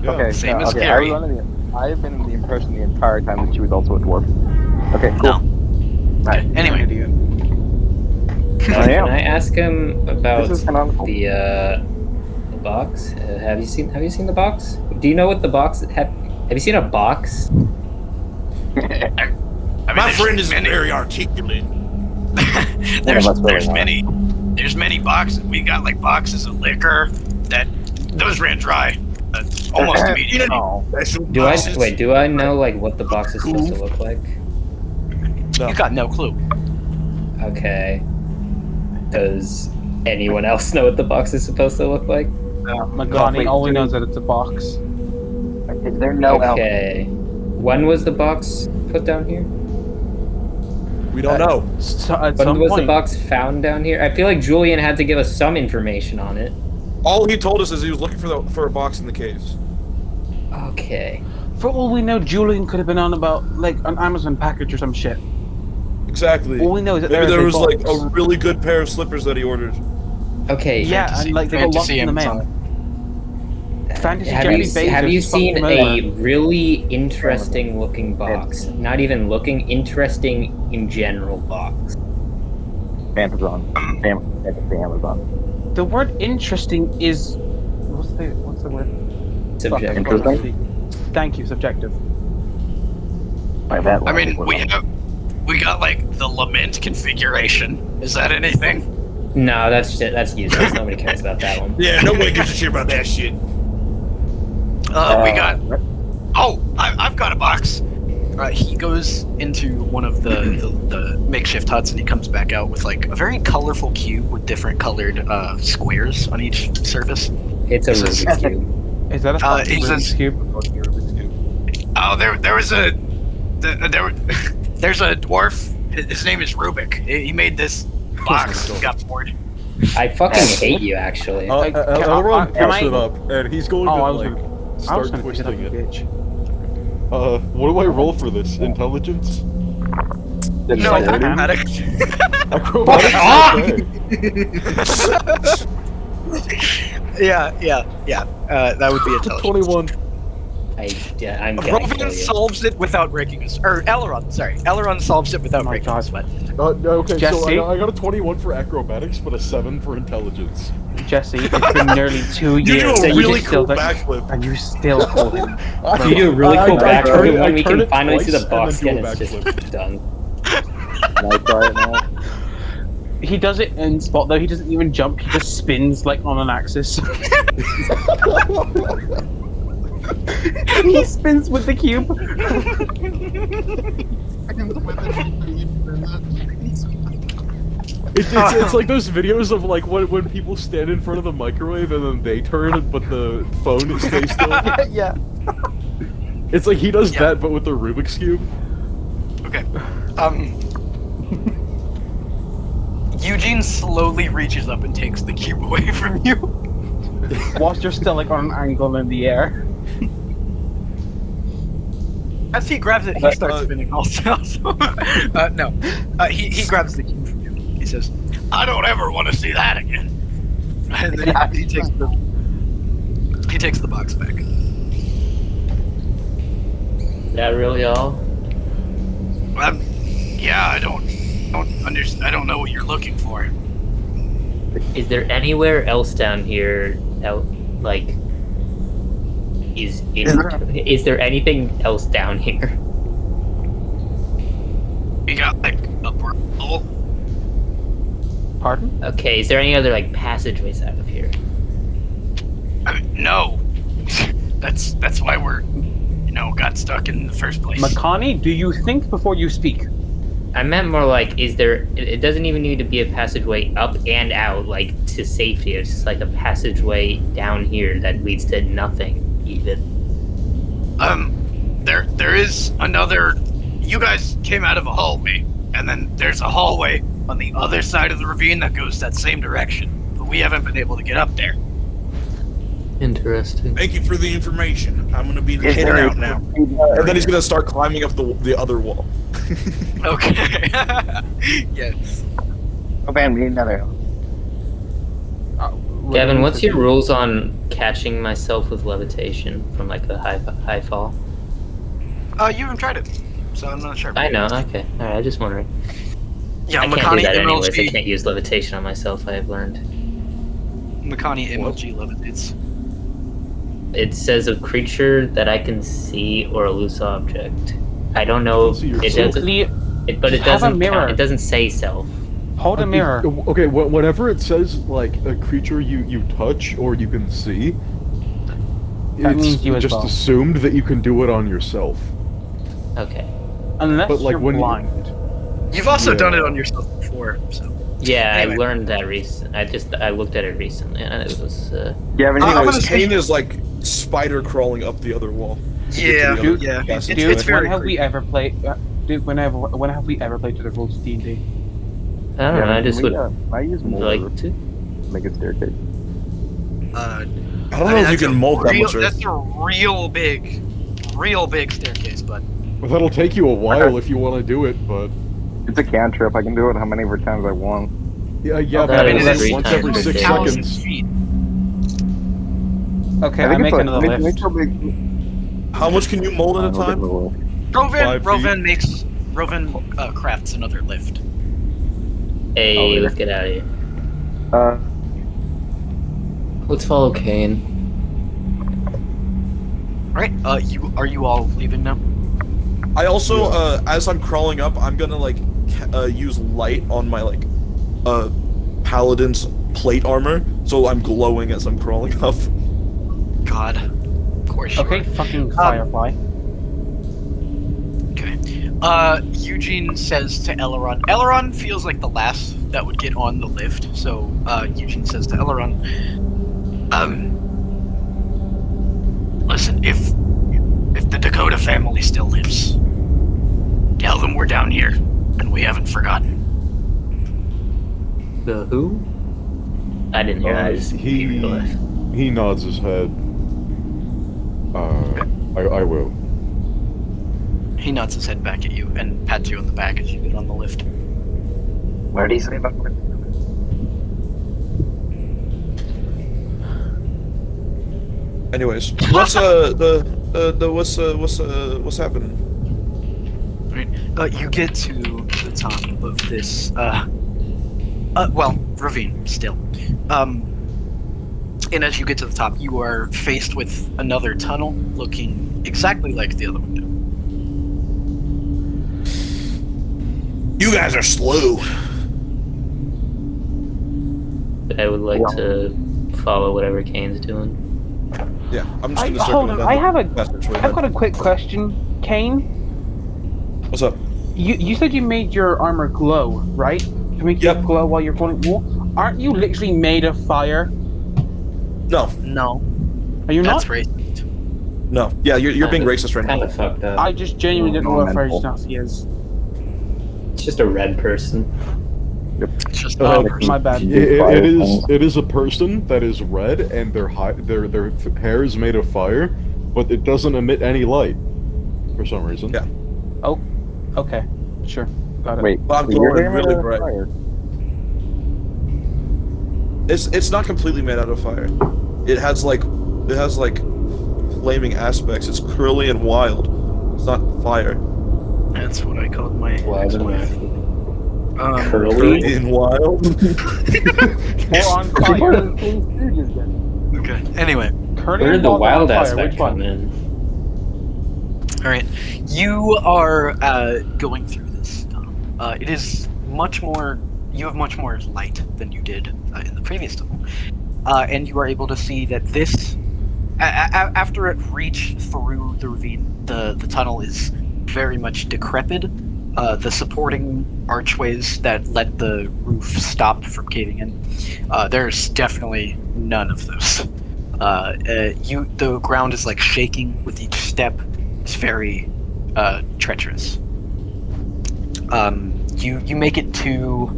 Speaker 4: Yeah.
Speaker 6: Okay,
Speaker 1: Same
Speaker 6: no,
Speaker 1: as
Speaker 6: okay. I,
Speaker 1: Gary.
Speaker 6: was under the, I have been in the impression the entire time that she was also a dwarf. Okay, cool.
Speaker 1: Right. Anyway,
Speaker 5: Idiot.
Speaker 2: Now,
Speaker 6: I
Speaker 2: can
Speaker 6: am.
Speaker 2: I ask him about
Speaker 6: This is canonical.
Speaker 7: (laughs)
Speaker 2: the uh, the box? Uh, have you seen Have you seen the box? Do you know what the box have Have you seen a box?
Speaker 1: I mean,
Speaker 3: My
Speaker 1: there's
Speaker 3: friend is
Speaker 1: many-
Speaker 3: very articulate.
Speaker 1: (laughs) there's
Speaker 6: us really
Speaker 1: there's
Speaker 6: not.
Speaker 1: many there's many boxes. We got like boxes of liquor that those ran dry uh, almost
Speaker 3: Uh-huh.
Speaker 1: immediately.
Speaker 6: Oh,
Speaker 3: Special
Speaker 2: Do
Speaker 3: boxes.
Speaker 2: I wait? Do I know like what the box is supposed to look like?
Speaker 1: You got no clue.
Speaker 2: Okay. Does anyone else know what the box is supposed to look like?
Speaker 5: Magani
Speaker 6: wait,
Speaker 5: only
Speaker 6: do-
Speaker 5: knows that it's a box.
Speaker 7: Is there
Speaker 6: Oh,
Speaker 7: no elf?
Speaker 2: okay. When was the box put down here?
Speaker 3: We don't know.
Speaker 5: So,
Speaker 2: When
Speaker 5: at some
Speaker 2: was
Speaker 5: point,
Speaker 2: the box found down here? I feel like Julian had to give us some information on it.
Speaker 3: All he told us is he was looking for the, for a box in the caves.
Speaker 2: Okay.
Speaker 5: for all we know, Julian could have been on about like an Amazon package or some shit.
Speaker 3: Exactly.
Speaker 5: All we know is that
Speaker 3: Maybe
Speaker 5: there,
Speaker 3: there
Speaker 5: is
Speaker 3: was
Speaker 5: a
Speaker 3: like
Speaker 5: box.
Speaker 3: a really good pair of slippers that he ordered.
Speaker 2: Okay.
Speaker 5: yeah,
Speaker 1: Fantasy-
Speaker 5: and like they got lost
Speaker 1: fantasy
Speaker 5: in the mail.
Speaker 1: Amazon.
Speaker 5: Fantasy
Speaker 2: Uh, have
Speaker 5: Jelly
Speaker 2: you,
Speaker 5: Bezos
Speaker 2: have you
Speaker 5: fucking
Speaker 2: seen a
Speaker 5: murderer.
Speaker 2: really interesting looking box? Not even looking interesting in general box.
Speaker 6: Amazon. Am- Amazon.
Speaker 5: The word interesting is what's the what's the word?
Speaker 2: Subject.
Speaker 5: Fuck, I forgot
Speaker 6: Interesting?
Speaker 5: the- Thank you, subjective.
Speaker 6: By that
Speaker 1: I mean, we
Speaker 6: logic, we're not-
Speaker 1: have we got like the lament configuration. Is that anything?
Speaker 2: No, that's shit. That's useless. Nobody cares about that one.
Speaker 3: Yeah, nobody gives a shit about that
Speaker 2: (laughs)
Speaker 3: shit.
Speaker 1: Uh, we got oh, I, I've got a box. Uh, he goes into one of the, the the makeshift huts and he comes back out with like a very colorful cube with different colored uh, squares on each surface.
Speaker 2: It's a
Speaker 1: This is-
Speaker 2: Rubik's cube.
Speaker 5: Is that a
Speaker 1: Uh,
Speaker 5: fucking
Speaker 1: it's a-
Speaker 5: Rubik's cube?
Speaker 1: Oh, there, there was a, th- there, (laughs) there's a dwarf. His his name is Rubik. He he made this box. He got bored.
Speaker 2: I fucking hate you, actually.
Speaker 4: Uh,
Speaker 5: Like,
Speaker 4: uh,
Speaker 5: can I-
Speaker 4: Elrond
Speaker 5: uh,
Speaker 4: picks
Speaker 5: can I-
Speaker 4: it up, and he's going
Speaker 5: Oh,
Speaker 4: to
Speaker 5: I was
Speaker 4: like
Speaker 5: I
Speaker 4: start
Speaker 5: was gonna pick it up,
Speaker 4: twisting
Speaker 5: you
Speaker 4: it.
Speaker 5: bitch.
Speaker 4: Uh, what do I roll for this? Intelligence?
Speaker 1: No,
Speaker 5: like
Speaker 1: automatic.
Speaker 4: (laughs) Acrobatics?
Speaker 1: off!
Speaker 4: Okay.
Speaker 1: yeah, yeah, yeah. Uh, that would be intelligent.
Speaker 4: Twenty-one.
Speaker 2: I, yeah, I'm gonna kill
Speaker 1: Rovan
Speaker 2: you.
Speaker 1: solves it without breaking us. Or Elrond, sorry. Elrond solves it without
Speaker 5: Oh my
Speaker 1: breaking
Speaker 5: God.
Speaker 1: us. But
Speaker 4: Uh, no, okay, so
Speaker 5: Jesse?
Speaker 4: I, I got a twenty-one for acrobatics, but a seven for intelligence.
Speaker 5: Jesse, it's been nearly two
Speaker 3: You
Speaker 5: years
Speaker 3: do a
Speaker 5: and you
Speaker 3: really
Speaker 5: still
Speaker 3: cool
Speaker 5: don't-
Speaker 3: backflip.
Speaker 5: and you still hold him.
Speaker 2: You do a really
Speaker 4: Uh, I-
Speaker 2: cool
Speaker 4: I- I turn
Speaker 2: backflip
Speaker 4: it- I
Speaker 2: when we
Speaker 4: turn
Speaker 2: can
Speaker 4: it
Speaker 2: finally see
Speaker 4: twice
Speaker 2: the
Speaker 4: and
Speaker 2: box
Speaker 4: then
Speaker 2: again.
Speaker 4: do a
Speaker 2: It's just done.
Speaker 6: Can I try it now?
Speaker 5: He does it in spot though. He doesn't even jump. He just spins like on an axis. he spins with the cube.
Speaker 7: I can live with it.
Speaker 4: It's, it's, it's like those videos of like when, when people stand in front of the microwave and then they turn, but the phone stays still.
Speaker 5: yeah, yeah.
Speaker 4: It's like he does
Speaker 1: Yeah.
Speaker 4: that, but with the Rubik's cube.
Speaker 1: Okay. (laughs) Um. Eugene slowly reaches up and takes the cube away from you.
Speaker 5: Whilst you're still like on an angle in the air.
Speaker 1: As he grabs it, he
Speaker 3: Uh,
Speaker 1: starts
Speaker 3: uh,
Speaker 1: spinning also. (laughs) uh, no. Uh, he, he grabs the cube from you. He says, I don't ever want to see that again. (laughs) And then he, he takes the he takes the box back.
Speaker 2: Is that really all?
Speaker 1: Um, yeah, I don't don't understand. I don't know what you're looking for.
Speaker 2: Is there anywhere else down here out like is is, is there anything else down here? (laughs)
Speaker 1: We got like a portal.
Speaker 5: Pardon?
Speaker 2: Okay, is there any other like passageways out of here?
Speaker 1: I mean, no. (laughs) that's that's why we're you know got stuck in the first place.
Speaker 5: Makani, do you think before you speak?
Speaker 2: I meant more like is there it it doesn't even need to be a passageway up and out like to safety. It's just like a passageway down here that leads to nothing even.
Speaker 1: Um, there there is another. You guys came out of a hallway, and then there's a hallway on the other side of the ravine that goes that same direction. But we haven't been able to get up there.
Speaker 2: Interesting.
Speaker 3: Thank you for the information. I'm gonna be the
Speaker 7: Is
Speaker 3: head
Speaker 7: there-
Speaker 3: out now. And then he's gonna start climbing up the the other wall.
Speaker 1: Okay. (laughs) yes.
Speaker 7: Oh man, we need another.
Speaker 5: Uh,
Speaker 2: Gavin, what's your rules on catching myself with levitation from like a high high fall?
Speaker 1: Uh, you haven't tried it, so I'm not sure.
Speaker 2: I know. Okay. All right. I just wondering.
Speaker 1: Yeah,
Speaker 2: I can't do
Speaker 1: Makani
Speaker 2: that anyways. I
Speaker 1: MLG.
Speaker 2: can't use levitation on myself. I have learned.
Speaker 1: Makani MLG levitates.
Speaker 2: It says a creature that I can see or a loose object. I don't know.
Speaker 4: See your
Speaker 2: It
Speaker 4: soul.
Speaker 2: doesn't. It, but it
Speaker 5: Have a
Speaker 2: doesn't.
Speaker 5: mirror.
Speaker 2: Count, it doesn't say self.
Speaker 5: Hold a mirror.
Speaker 4: Okay, wh- whatever it says, like a creature you you touch or you can see.
Speaker 5: That
Speaker 4: it's
Speaker 5: means you as
Speaker 4: just
Speaker 5: well.
Speaker 4: assumed that you can do it on yourself.
Speaker 2: Okay.
Speaker 5: Unless
Speaker 4: But, like,
Speaker 5: you're
Speaker 4: when you-
Speaker 5: blind.
Speaker 1: You've also
Speaker 4: Yeah.
Speaker 1: done it on yourself before, so. Uh,
Speaker 2: Yeah,
Speaker 1: Anyway.
Speaker 2: I learned that recent. I just I looked at it recently and it was. Uh,
Speaker 7: Do you have anything?
Speaker 1: I'm
Speaker 3: Anyways,
Speaker 1: gonna say-
Speaker 3: Kane is like spider crawling up the other wall. to get to
Speaker 1: Yeah,
Speaker 3: the other
Speaker 5: dude,
Speaker 1: yeah.
Speaker 3: passage.
Speaker 1: It's-
Speaker 5: Dude,
Speaker 1: it's very
Speaker 5: when have
Speaker 1: creepy.
Speaker 5: we ever played? Uh, dude, when have when have we ever played to the rules of D and D?
Speaker 2: I don't know. I just would
Speaker 7: Uh, I use more.
Speaker 2: like to.
Speaker 7: Make a staircase.
Speaker 1: Uh,
Speaker 3: I don't know if you can mold that
Speaker 1: real,
Speaker 3: much. Earth.
Speaker 1: That's a real big, real big staircase, but
Speaker 4: Well, that'll take you a while if you want to do it, but
Speaker 7: It's a cantrip. I can do it how many times I want.
Speaker 4: yeah, yeah,
Speaker 2: that
Speaker 4: but
Speaker 2: is
Speaker 4: that's
Speaker 2: three
Speaker 4: once
Speaker 2: times
Speaker 4: every
Speaker 2: a
Speaker 4: six
Speaker 2: day.
Speaker 1: 2,000
Speaker 4: seconds.
Speaker 1: feet.
Speaker 5: Okay,
Speaker 7: I
Speaker 5: I,
Speaker 7: think
Speaker 5: make
Speaker 7: it's like-
Speaker 5: another
Speaker 7: make,
Speaker 5: list.
Speaker 7: make, sure we-
Speaker 3: How much can you mold at a
Speaker 7: I'll get
Speaker 3: time?
Speaker 7: little-
Speaker 1: Rovan,
Speaker 4: Five
Speaker 1: Rovan makes Rovan uh, crafts another lift.
Speaker 2: Hey,
Speaker 7: Oh, yeah.
Speaker 2: let's get out of here.
Speaker 7: Uh,
Speaker 2: Let's follow Kane.
Speaker 1: All right. Uh, you are you all leaving now?
Speaker 3: I also, uh, as I'm crawling up, I'm gonna like ca- uh, use light on my like uh, paladin's plate armor, so I'm glowing as I'm crawling (laughs) up.
Speaker 1: God, of course. you
Speaker 5: Okay,
Speaker 2: Um,
Speaker 5: fucking firefly.
Speaker 1: are. Okay. Uh, Eugene says to Eleron. Eleron feels like the last that would get on the lift, so uh, Eugene says to Eleron, um, listen, if if the Dakota family still lives, tell them we're down here and we haven't forgotten.
Speaker 2: The who? I didn't hear. that. I
Speaker 4: Uh,
Speaker 2: just
Speaker 4: he-
Speaker 2: realized.
Speaker 4: He nods his head. Uh, I, I will.
Speaker 1: He nods his head back at you and pats you on the back as you get on the lift.
Speaker 7: where do you say about?
Speaker 3: Anyways, what's uh the uh, the what's uh what's uh what's happening?
Speaker 1: Uh, you get to the top of this, uh, uh, well, ravine still. Um, and as you get to the top, you are faced with another tunnel looking exactly like the other one.
Speaker 3: You guys are slow.
Speaker 2: I would like to follow whatever Kane's doing.
Speaker 3: Yeah, I'm just
Speaker 5: I,
Speaker 3: gonna circle
Speaker 5: hold on,
Speaker 3: down
Speaker 5: I
Speaker 3: the
Speaker 5: have a
Speaker 3: passageway
Speaker 5: I've
Speaker 3: then.
Speaker 5: got a quick question, Kane.
Speaker 3: What's up?
Speaker 5: You you said you made your armor glow, right? to make you
Speaker 7: Yep.
Speaker 5: glow while you're falling. What? Aren't you literally made of fire?
Speaker 7: No,
Speaker 1: No,
Speaker 5: Are you
Speaker 1: that's
Speaker 5: not?
Speaker 1: racist.
Speaker 7: no. Yeah, you're, you're being racist right
Speaker 2: Kind
Speaker 7: now.
Speaker 2: of fucked up.
Speaker 5: I just genuinely didn't know what fire
Speaker 8: Elemental.
Speaker 5: genasi is.
Speaker 2: It's just a red person.
Speaker 1: It's just
Speaker 4: Uh,
Speaker 1: not a person.
Speaker 5: My bad.
Speaker 4: It- it is it is a person that is red and their hi- their their f- hair is made of fire, but it doesn't emit any light for some reason.
Speaker 7: Yeah.
Speaker 5: Okay, sure. Got it.
Speaker 8: Wait,
Speaker 7: Bob
Speaker 8: so you're
Speaker 7: Gordon,
Speaker 8: made
Speaker 7: really
Speaker 8: out of
Speaker 7: bright.
Speaker 8: fire.
Speaker 7: It's it's not completely made out of fire. It has like it has like flaming aspects. It's curly and wild. It's not fire.
Speaker 1: That's what I called my.
Speaker 6: Wild and
Speaker 1: Um,
Speaker 6: Curly?
Speaker 7: Curly and wild.
Speaker 2: (laughs)
Speaker 5: We're on
Speaker 8: Part
Speaker 5: fire.
Speaker 8: of the Three Stooges, then.
Speaker 1: okay. Anyway,
Speaker 5: Curly
Speaker 2: Where
Speaker 5: and
Speaker 2: did the
Speaker 5: bald on
Speaker 2: wild
Speaker 5: fire,
Speaker 2: aspect
Speaker 5: which one?
Speaker 2: come in?
Speaker 1: all right. You are uh, going through this. Tom. Uh, it is much more. You have much more light than you did uh, in the previous level, uh, and you are able to see that this, a- a- a- after it reached through the ravine, the the tunnel is very much decrepit. Uh, the supporting archways that let the roof stop from caving in, uh, there's definitely none of those. Uh, uh, you, the ground is like shaking with each step. It's very uh, treacherous. Um, you you make it to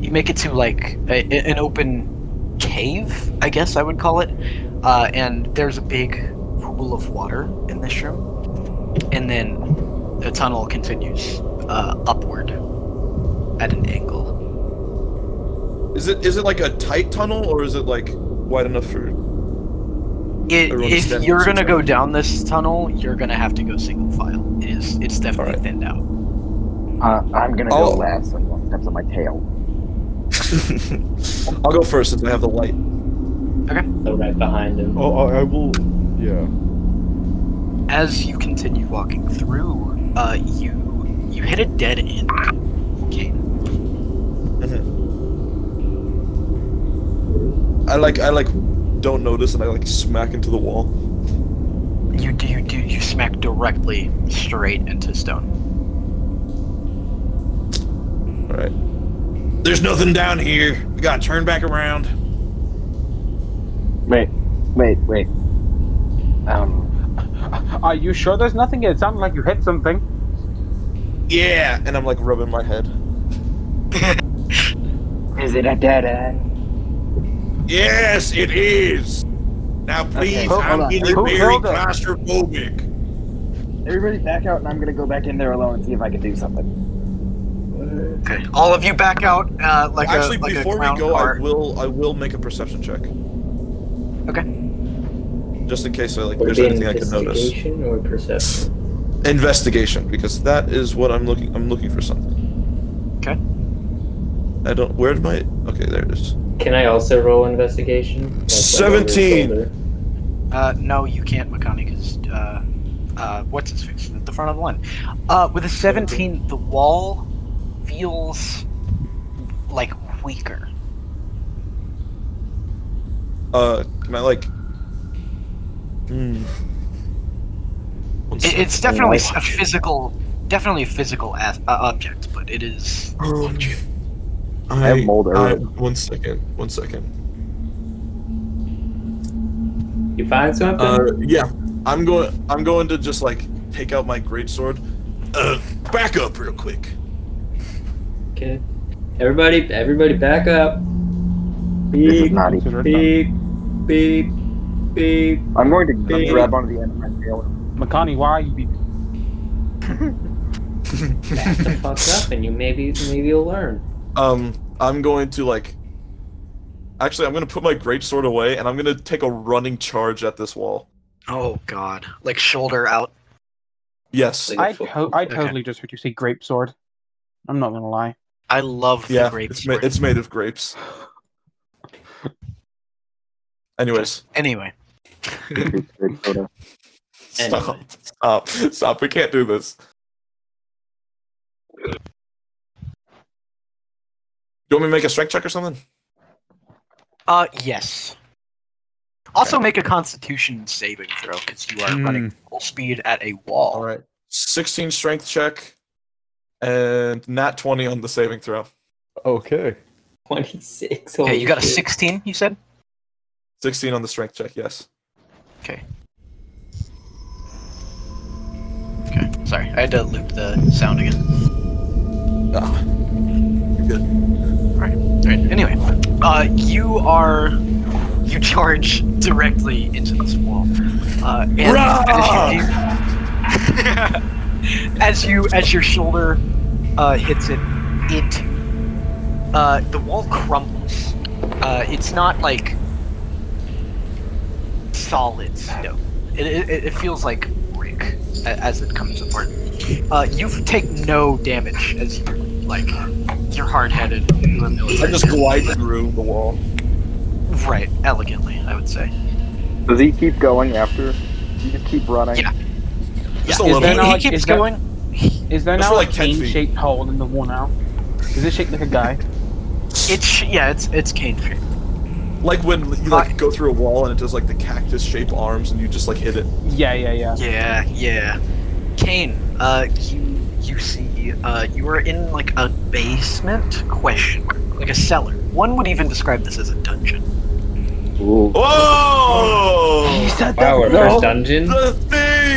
Speaker 1: you make it to like a, a- an open cave, I guess I would call it. Uh, and there's a big pool of water in this room, and then the tunnel continues uh, upward at an angle.
Speaker 7: Is it is it like a tight tunnel or is it like wide enough for?
Speaker 1: It,
Speaker 7: Everyone
Speaker 1: if
Speaker 7: stand-
Speaker 1: you're gonna
Speaker 7: stand.
Speaker 1: go down this tunnel, you're gonna have to go single file. It is it's definitely
Speaker 7: Alright.
Speaker 1: thinned out.
Speaker 6: Uh, I'm gonna
Speaker 7: Oh.
Speaker 6: go last. I'm going steps on my tail.
Speaker 7: I'll go first since I have the light.
Speaker 2: So right behind him.
Speaker 4: Oh, I, I will. Yeah.
Speaker 1: As you continue walking through, uh, you you hit a dead end. Okay.
Speaker 7: I like I like don't notice and I like smack into the wall.
Speaker 1: You do you do you smack directly straight into stone.
Speaker 7: All right. There's nothing down here. We gotta turn back around.
Speaker 6: Wait, wait, wait. Um,
Speaker 5: (laughs) Are you sure there's nothing? It sounded like you hit something.
Speaker 7: Yeah. And I'm like rubbing my head.
Speaker 6: is it a dead end?
Speaker 7: Yes, it is. Now
Speaker 6: please, hold- I'm hold on.
Speaker 5: getting Who very held it?
Speaker 7: claustrophobic.
Speaker 6: Everybody back out, and I'm gonna go back in there alone and see if I can do something.
Speaker 1: Okay. All of you back out uh, like
Speaker 7: Actually,
Speaker 1: a like
Speaker 7: before
Speaker 1: a
Speaker 7: we
Speaker 1: clown
Speaker 7: go,
Speaker 1: car.
Speaker 7: I will I will make a perception check. Okay. Just in case I like
Speaker 2: Would it
Speaker 7: there's
Speaker 2: be
Speaker 7: anything I can notice.
Speaker 2: investigation or perception?
Speaker 7: Investigation, because that is what I'm looking. I'm looking for something.
Speaker 1: Okay.
Speaker 7: I don't. Where's my? Okay, there it is.
Speaker 2: Can I also roll investigation? Like, over his
Speaker 7: 17.
Speaker 2: shoulder?
Speaker 1: Uh, no, you can't, Makani, because uh, uh, what's his face is at the front of the line. Uh, with a 17, the wall feels like weaker.
Speaker 7: Uh, can I like? Hmm. One
Speaker 1: It,
Speaker 7: sec.
Speaker 1: it's definitely a physical, definitely a physical as- uh, object, but it is.
Speaker 7: Um,
Speaker 8: I have mold
Speaker 7: I-
Speaker 8: earlier.
Speaker 7: One second. One second.
Speaker 2: You find something?
Speaker 7: Uh, yeah. I'm going. I'm going to just like take out my greatsword. Uh, back up real quick.
Speaker 2: okay. Everybody, everybody, back up.
Speaker 6: This
Speaker 2: Beep,
Speaker 6: is not even.
Speaker 2: beep, beep, beep.
Speaker 6: I'm going to
Speaker 2: Hey.
Speaker 6: grab onto the end of my tail.
Speaker 5: Makani, why are you? Be-
Speaker 2: Back the fuck up, and you maybe, maybe you'll learn.
Speaker 7: Um, I'm going to like. Actually, I'm going to put my greatsword away, and I'm going to take a running charge at this wall.
Speaker 1: Oh god, like shoulder out.
Speaker 7: Yes.
Speaker 2: Like-
Speaker 5: I to- I
Speaker 1: Okay.
Speaker 5: totally just heard you say grape sword. I'm not gonna lie.
Speaker 1: I love the
Speaker 7: yeah.
Speaker 1: grape
Speaker 7: It's, ma-
Speaker 1: sword.
Speaker 7: it's made of grapes. Anyways,
Speaker 1: Anyway,
Speaker 7: stop, stop, stop. We can't do this. You want me to make a strength check or something?
Speaker 1: uh, yes. Also, make a Constitution saving throw because you are running full speed at a wall.
Speaker 7: All right. 16 strength check.
Speaker 3: and nat 20 on the saving throw.
Speaker 4: Okay.
Speaker 2: 26.
Speaker 1: Okay,
Speaker 2: holy
Speaker 1: you got a
Speaker 2: shit.
Speaker 1: 16, you said?
Speaker 3: 16 on the strength check, yes.
Speaker 1: Okay, sorry. I had to loop the sound again.
Speaker 3: Ah, you're good.
Speaker 1: Alright, anyway. Uh, you are. You charge directly into this wall. Uh, and as you, (laughs) as you as your shoulder uh, hits it, it uh, the wall crumbles. Uh, it's not like solid stone. It, it, it feels like brick a- as it comes apart. Uh, you take no damage as you like you're hard-headed. You're a
Speaker 3: I
Speaker 1: military
Speaker 3: just glide through the wall.
Speaker 1: Right, elegantly, I would say.
Speaker 6: Does he keep going after? You just keep running.
Speaker 1: Yeah.
Speaker 3: Just a
Speaker 5: Is
Speaker 3: little
Speaker 5: there
Speaker 3: bit.
Speaker 5: not like- is there- Is there
Speaker 3: That's
Speaker 5: now
Speaker 3: for
Speaker 5: a
Speaker 3: like 10 feet.
Speaker 5: cane shaped hole in the wall now? Is it shaped like a guy?
Speaker 1: It's yeah, it's it's cane shaped.
Speaker 3: Like when you like go through a wall and it does like the cactus shape arms and you just like hit it.
Speaker 5: Yeah, yeah, yeah.
Speaker 1: Yeah, yeah. Kane, uh, you you see, uh, you are in like a basement question, mark, like a cellar. One would even describe this as a dungeon.
Speaker 6: Ooh.
Speaker 3: Whoa!
Speaker 2: Wow, our
Speaker 6: No.
Speaker 1: (laughs)
Speaker 3: Oh,
Speaker 2: first dungeon?
Speaker 3: The